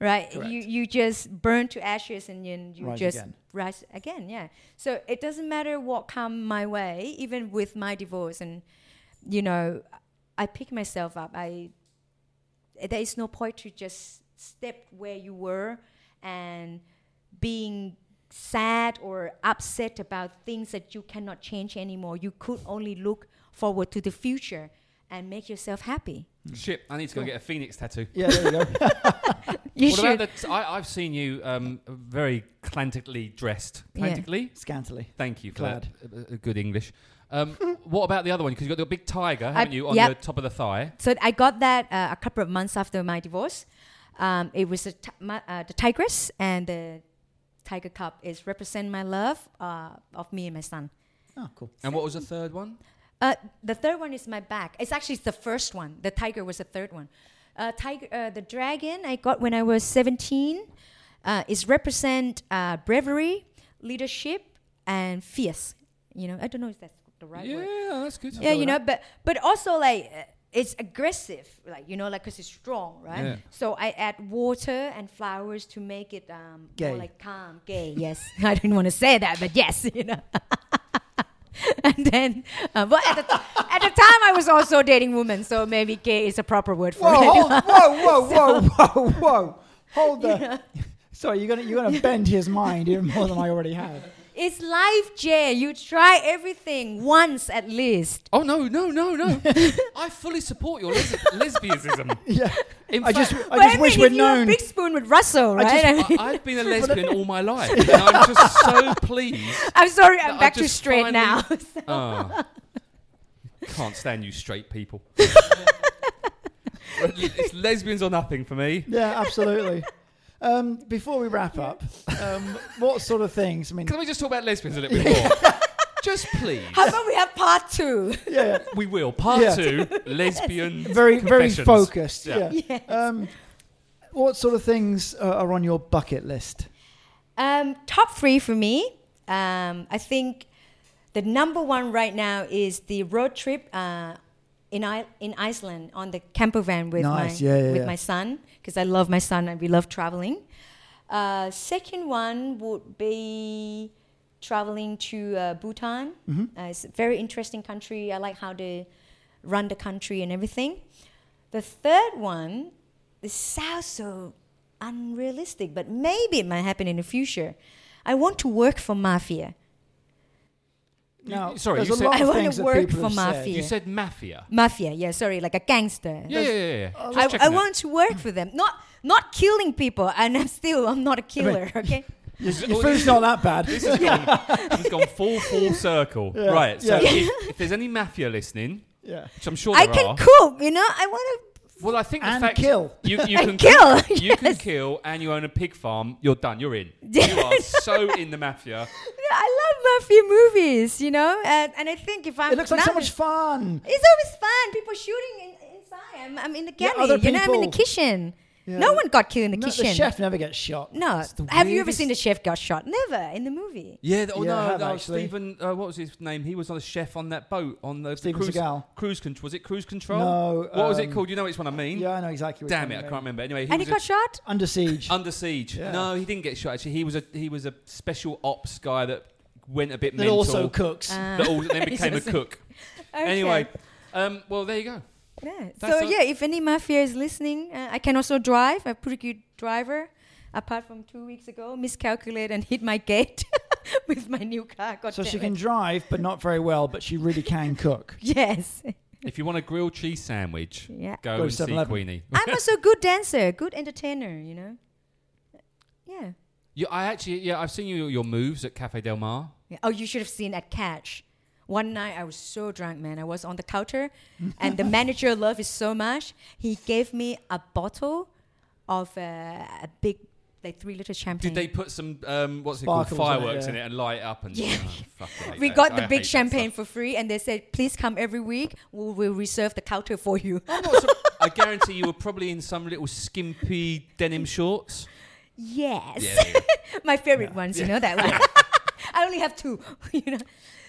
[SPEAKER 3] right?
[SPEAKER 2] Correct.
[SPEAKER 3] You you just burn to ashes and then you
[SPEAKER 2] Rise
[SPEAKER 3] just
[SPEAKER 2] again.
[SPEAKER 3] rise again. Yeah. So it doesn't matter what come my way, even with my divorce, and you know, I pick myself up. I there is no point to just step where you were and being sad or upset about things that you cannot change anymore. You could only look forward to the future and make yourself happy.
[SPEAKER 1] Shit, I need to go get a phoenix tattoo.
[SPEAKER 2] Yeah, there you go.
[SPEAKER 3] You
[SPEAKER 1] what
[SPEAKER 3] should.
[SPEAKER 1] about that? I, I've seen you um, very clantically dressed.
[SPEAKER 3] Yeah.
[SPEAKER 1] Clantically?
[SPEAKER 2] Scantily.
[SPEAKER 1] Thank you for
[SPEAKER 2] Glad.
[SPEAKER 1] that. Uh, uh, good English. Um, <laughs> what about the other one? Because you've got the big tiger, haven't you, on
[SPEAKER 3] yep.
[SPEAKER 1] the top of the thigh?
[SPEAKER 3] So I got that uh, a couple of months after my divorce. Um, it was a ti- my, uh, the tigress and the tiger cup is represent my love uh, of me and my son.
[SPEAKER 2] Oh, cool.
[SPEAKER 1] And what was the third one?
[SPEAKER 3] Uh, the third one is my back. It's actually the first one. The tiger was the third one. Uh, tiger, uh, the dragon I got when I was 17 uh, is represent uh, bravery, leadership, and fierce. You know, I don't know if that's the right
[SPEAKER 1] yeah,
[SPEAKER 3] word
[SPEAKER 1] that's good.
[SPEAKER 3] yeah you know but but also like uh, it's aggressive like you know like because it's strong right
[SPEAKER 1] Yeah.
[SPEAKER 3] so i add water and flowers to make it um
[SPEAKER 2] Gay.
[SPEAKER 3] more like calm gay yes <laughs> i didn't want to say that but yes <laughs> you know and then uh, but at the, at the time i was also dating women so maybe gay is a proper word for
[SPEAKER 2] Whoa, hold,
[SPEAKER 3] it <laughs>
[SPEAKER 2] whoa, whoa, whoa, whoa, whoa. Hold the. <laughs> Sorry, you're gonna you're gonna bend his mind even more than I already have. <laughs>
[SPEAKER 3] it's life jay you try everything once at least
[SPEAKER 1] Oh, no, no, no,
[SPEAKER 3] <laughs>
[SPEAKER 1] no. I fully support your les- lesbianism.
[SPEAKER 2] Yeah,
[SPEAKER 1] In
[SPEAKER 2] I just
[SPEAKER 1] fact,
[SPEAKER 2] I
[SPEAKER 3] But
[SPEAKER 2] just wish
[SPEAKER 3] mean,
[SPEAKER 2] we'd
[SPEAKER 3] if you were
[SPEAKER 2] known.
[SPEAKER 3] big spoon with russell right
[SPEAKER 2] just-
[SPEAKER 3] I mean,
[SPEAKER 1] I, I've been a lesbian all my life. And I'm just so pleased.
[SPEAKER 3] <laughs> i'm sorry i'm
[SPEAKER 1] I
[SPEAKER 3] back to
[SPEAKER 1] just
[SPEAKER 3] straight
[SPEAKER 1] finally-
[SPEAKER 3] now
[SPEAKER 1] Oh. Can't stand you straight
[SPEAKER 3] <laughs>
[SPEAKER 1] people. it's lesbians or nothing for me.
[SPEAKER 2] <laughs> Yeah, absolutely. Um, before we wrap up, um, what sort of things? I mean,
[SPEAKER 1] Can we just talk about lesbians a little bit
[SPEAKER 3] <laughs>
[SPEAKER 1] more? just please.
[SPEAKER 3] <laughs> how about we have part two
[SPEAKER 2] yeah, yeah.
[SPEAKER 1] We will. Part
[SPEAKER 2] Yeah. <laughs>
[SPEAKER 1] two, lesbian.
[SPEAKER 2] very very
[SPEAKER 1] confessions.
[SPEAKER 2] focused. Yeah.
[SPEAKER 1] Yeah.
[SPEAKER 3] Yes.
[SPEAKER 2] Um, what sort of things uh, are on your bucket list?
[SPEAKER 3] Um, top three for me. Um, I think the number one right now is the road trip uh, in I- in Iceland on the camper van with
[SPEAKER 2] Nice,
[SPEAKER 3] my
[SPEAKER 2] yeah, yeah,
[SPEAKER 3] with
[SPEAKER 2] yeah.
[SPEAKER 3] my son because I love my son and we love traveling. Uh, second one would be traveling to uh, Bhutan.
[SPEAKER 2] Mm-hmm.
[SPEAKER 3] Uh, it's a very interesting country. I like how they run the country and everything. The third one, this sounds so unrealistic, but maybe it might happen in the future. I want to work for mafia.
[SPEAKER 2] Now,
[SPEAKER 1] sorry,
[SPEAKER 2] there's
[SPEAKER 1] you
[SPEAKER 2] a
[SPEAKER 1] said-
[SPEAKER 2] lot
[SPEAKER 3] I
[SPEAKER 2] of
[SPEAKER 3] wanna
[SPEAKER 2] things that
[SPEAKER 3] work
[SPEAKER 2] people
[SPEAKER 3] for
[SPEAKER 2] have said.
[SPEAKER 3] mafia.
[SPEAKER 1] You said mafia.
[SPEAKER 3] Mafia, yeah, sorry, like a gangster.
[SPEAKER 1] Yeah, yeah, yeah. yeah. Just
[SPEAKER 3] Oh, I,
[SPEAKER 1] checking
[SPEAKER 3] I
[SPEAKER 1] that.
[SPEAKER 3] want to work for them, not not killing people, and I'm still I'm not a killer. <laughs> Okay,
[SPEAKER 1] This is-
[SPEAKER 2] Your food's not that bad.
[SPEAKER 1] This has gone, this has gone full
[SPEAKER 3] <laughs>
[SPEAKER 1] full circle.
[SPEAKER 2] Yeah,
[SPEAKER 1] Right. So
[SPEAKER 2] yeah.
[SPEAKER 1] if, if there's any mafia listening,
[SPEAKER 2] Yeah.
[SPEAKER 1] which I'm sure
[SPEAKER 3] I
[SPEAKER 1] there
[SPEAKER 3] can
[SPEAKER 1] are,
[SPEAKER 3] cook. You know, I want to.
[SPEAKER 1] well, I think the
[SPEAKER 2] And
[SPEAKER 1] fact
[SPEAKER 2] kill.
[SPEAKER 1] you, you
[SPEAKER 3] <laughs>
[SPEAKER 1] can
[SPEAKER 3] And kill,
[SPEAKER 1] <laughs> you can
[SPEAKER 3] yes.
[SPEAKER 1] kill, and you own a pig farm, you're done. You're
[SPEAKER 3] <laughs>
[SPEAKER 1] in. You are so in the mafia.
[SPEAKER 3] I love mafia movies. You know, and, and I think if I'm
[SPEAKER 2] It looks like so
[SPEAKER 3] now-
[SPEAKER 2] much fun.
[SPEAKER 3] It's always fun. People shooting in, inside. I'm, I'm in the
[SPEAKER 2] Yeah,
[SPEAKER 3] galley.
[SPEAKER 2] other
[SPEAKER 3] you know, I'm in the
[SPEAKER 2] people.
[SPEAKER 3] kitchen.
[SPEAKER 2] Yeah.
[SPEAKER 3] No one got killed in the
[SPEAKER 2] No,
[SPEAKER 3] kitchen.
[SPEAKER 2] the chef never gets shot.
[SPEAKER 3] No.
[SPEAKER 2] It's the
[SPEAKER 3] Have you ever
[SPEAKER 2] weirdest-
[SPEAKER 3] seen the chef got shot? Never in the movie.
[SPEAKER 1] Yeah, th- oh
[SPEAKER 2] Yeah, I
[SPEAKER 1] no,
[SPEAKER 2] have
[SPEAKER 1] no
[SPEAKER 2] actually.
[SPEAKER 1] Stephen, uh, what was his name? He was on a chef on that boat on the
[SPEAKER 2] Stephen
[SPEAKER 1] cruise,
[SPEAKER 2] Seagal.
[SPEAKER 1] cruise control. Was it cruise control?
[SPEAKER 2] No,
[SPEAKER 1] What was it
[SPEAKER 2] um,
[SPEAKER 1] called? You know which one I mean?
[SPEAKER 2] Yeah, I know exactly. Which
[SPEAKER 1] Damn
[SPEAKER 2] one
[SPEAKER 1] it, I
[SPEAKER 2] you
[SPEAKER 1] can't
[SPEAKER 2] mean.
[SPEAKER 1] remember. Anyway, he
[SPEAKER 3] and he
[SPEAKER 1] was
[SPEAKER 3] got shot?
[SPEAKER 2] Under siege.
[SPEAKER 1] under siege.
[SPEAKER 2] Yeah.
[SPEAKER 1] No, he didn't get shot. Actually, he was a he was a special ops guy that went a bit
[SPEAKER 2] that
[SPEAKER 1] mental.
[SPEAKER 2] also cooks.
[SPEAKER 3] Uh, <laughs>
[SPEAKER 1] that all, then became a
[SPEAKER 3] He's also-
[SPEAKER 1] cook.
[SPEAKER 3] Okay.
[SPEAKER 1] Anyway, um, well there you go.
[SPEAKER 3] Yeah.
[SPEAKER 1] That's a-
[SPEAKER 3] So, yeah, if any mafia is listening, uh, I can also drive. I'm a pretty good driver, apart from two weeks ago, miscalculate and hit my gate <laughs> with my new car. God
[SPEAKER 2] so
[SPEAKER 3] damn
[SPEAKER 2] she
[SPEAKER 3] it.
[SPEAKER 2] can drive, but not very well. But she really can cook.
[SPEAKER 3] Yes. <laughs>
[SPEAKER 1] If you want a grilled cheese sandwich, <laughs>
[SPEAKER 3] Yeah.
[SPEAKER 1] go,
[SPEAKER 2] Go
[SPEAKER 1] and
[SPEAKER 2] to
[SPEAKER 1] see
[SPEAKER 2] 7-Eleven.
[SPEAKER 1] Queenie.
[SPEAKER 3] I'm also a good dancer, good entertainer, you know? Yeah.
[SPEAKER 1] You, I actually, yeah, I've seen you, your moves at Cafe Del Mar.
[SPEAKER 3] Yeah. Oh, you should have seen at Catch. One night I was so drunk, man. I was on the
[SPEAKER 1] <laughs>
[SPEAKER 3] counter, and the manager loved it so much. He gave me a bottle of uh, a big, like three liter
[SPEAKER 1] Did
[SPEAKER 3] champagne.
[SPEAKER 1] they put some um, what's it
[SPEAKER 2] Sparkles in it,
[SPEAKER 1] called fireworks in it,
[SPEAKER 2] yeah.
[SPEAKER 1] and light it up and?
[SPEAKER 3] Yeah.
[SPEAKER 1] Oh, fuck, I hate
[SPEAKER 3] <laughs> we
[SPEAKER 1] that.
[SPEAKER 3] got
[SPEAKER 1] I
[SPEAKER 3] the big
[SPEAKER 1] hate that
[SPEAKER 3] champagne
[SPEAKER 1] stuff.
[SPEAKER 3] for free, and they said, "Please come every week. We'll, we'll reserve the counter for you." <laughs>
[SPEAKER 1] I'm not sur- I guarantee you were probably in some little skimpy denim shorts.
[SPEAKER 3] yes,
[SPEAKER 1] Yeah, yeah.
[SPEAKER 3] my favorite
[SPEAKER 1] <laughs>
[SPEAKER 3] ones. <laughs> You know that one. I only have two. <laughs> you know,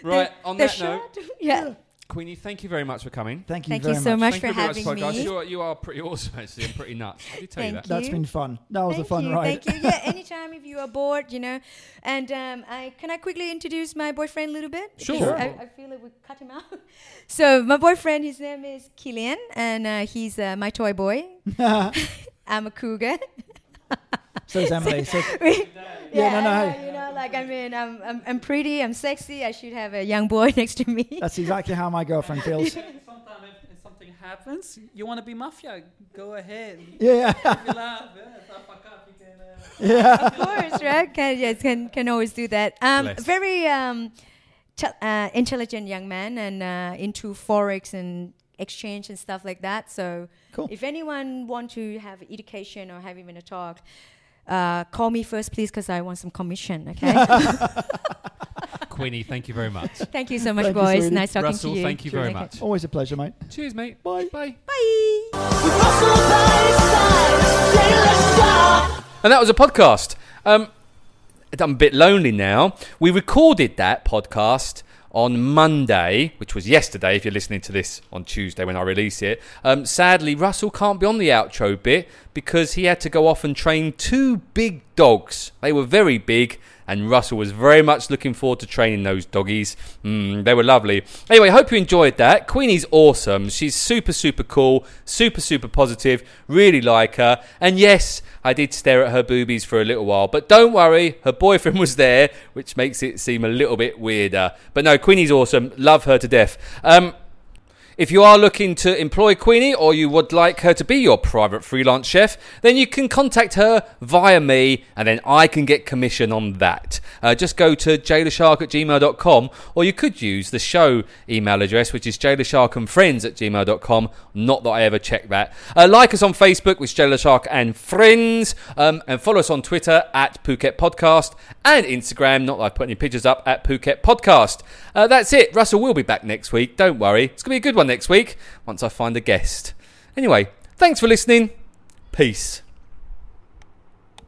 [SPEAKER 1] Right,
[SPEAKER 3] The-
[SPEAKER 1] on
[SPEAKER 3] the
[SPEAKER 1] that note,
[SPEAKER 3] shirt- <laughs> yeah.
[SPEAKER 1] Queenie, thank you very much for coming.
[SPEAKER 2] Thank you
[SPEAKER 3] Thank
[SPEAKER 2] very
[SPEAKER 3] you so much,
[SPEAKER 1] Thank
[SPEAKER 3] for
[SPEAKER 1] you very
[SPEAKER 3] having
[SPEAKER 1] much, podcast.
[SPEAKER 3] me.
[SPEAKER 1] You are, you are pretty awesome, actually, and pretty nuts. I did tell you
[SPEAKER 3] Thank
[SPEAKER 1] that.
[SPEAKER 2] That's
[SPEAKER 3] you.
[SPEAKER 2] been fun. That was
[SPEAKER 3] Thank
[SPEAKER 2] a fun
[SPEAKER 3] you,
[SPEAKER 2] ride.
[SPEAKER 3] Thank you. Yeah, anytime if you are bored, you know. And um, I can I quickly introduce my boyfriend a little bit? Because
[SPEAKER 1] Sure.
[SPEAKER 3] I, I feel like we cut him out. <laughs> So my boyfriend, his name is Killian, and uh, he's uh, my toy
[SPEAKER 2] <laughs>
[SPEAKER 3] boy. <laughs> I'm a cougar.
[SPEAKER 2] <laughs> so is Emily.
[SPEAKER 3] <laughs>
[SPEAKER 2] So
[SPEAKER 3] yeah,
[SPEAKER 2] Yeah, no, no,
[SPEAKER 3] I know,
[SPEAKER 2] hey.
[SPEAKER 3] you know, like I mean, I'm, I'm I'm pretty, I'm sexy. I should have a young boy <laughs> next to me.
[SPEAKER 2] that's exactly how my girlfriend
[SPEAKER 3] <laughs>
[SPEAKER 2] feels.
[SPEAKER 4] Sometime if, if something happens, you want to be mafia, go ahead.
[SPEAKER 2] Yeah, yeah.
[SPEAKER 4] If you laugh, yeah, if I fuck up, you can. Uh,
[SPEAKER 3] of course, right? Can, yes, can, can always do that. Um,
[SPEAKER 1] Blessed.
[SPEAKER 3] very um, t- uh, intelligent young man and uh, into forex and exchange and stuff like that. So
[SPEAKER 2] Cool.
[SPEAKER 3] if anyone want to have education or have even a talk, uh, call me first, please, because I want some commission. Okay.
[SPEAKER 2] <laughs>
[SPEAKER 1] Queenie, thank you very much.
[SPEAKER 3] thank you so much,
[SPEAKER 2] Thank you,
[SPEAKER 3] boys.
[SPEAKER 2] sweetie.
[SPEAKER 3] nice <laughs> talking
[SPEAKER 1] Russell,
[SPEAKER 3] to you.
[SPEAKER 1] thank you very
[SPEAKER 3] Okay.
[SPEAKER 1] much.
[SPEAKER 2] Always a pleasure, mate.
[SPEAKER 1] Cheers, mate.
[SPEAKER 2] Bye.
[SPEAKER 1] Bye.
[SPEAKER 3] Bye.
[SPEAKER 1] And that was a podcast. Um, I'm a bit lonely now. We recorded that podcast on Monday, which was yesterday, if you're listening to this on Tuesday when I release it. Um, sadly, Russell can't be on the outro bit because he had to go off and train two big dogs. They were very big, and Russell was very much looking forward to training those doggies. Mm, they were lovely. Anyway, hope you enjoyed that. Queenie's awesome. She's super, super cool, super, super positive. Really like her. And yes, I did stare at her boobies for a little while, but don't worry, her boyfriend <laughs> was there, which makes it seem a little bit weirder. But no, Queenie's awesome. Love her to death. Um, if you are looking to employ Queenie or you would like her to be your private freelance chef, then you can contact her via me and then I can get commission on that. Uh, just go to jailershark at gmail.com or you could use the show email address, which is jailersharkandfriends at gmail.com. Not that I ever check that. Uh, like us on Facebook, which is Jailer Shark and Friends, um, and follow us on Twitter at Phuket Podcast and Instagram, not that I've put any pictures up, at Phuket Podcast. Uh, that's it. Russell will be back next week. Don't worry. It's going to be a good one next week once I find a guest. Anyway, thanks for listening. Peace.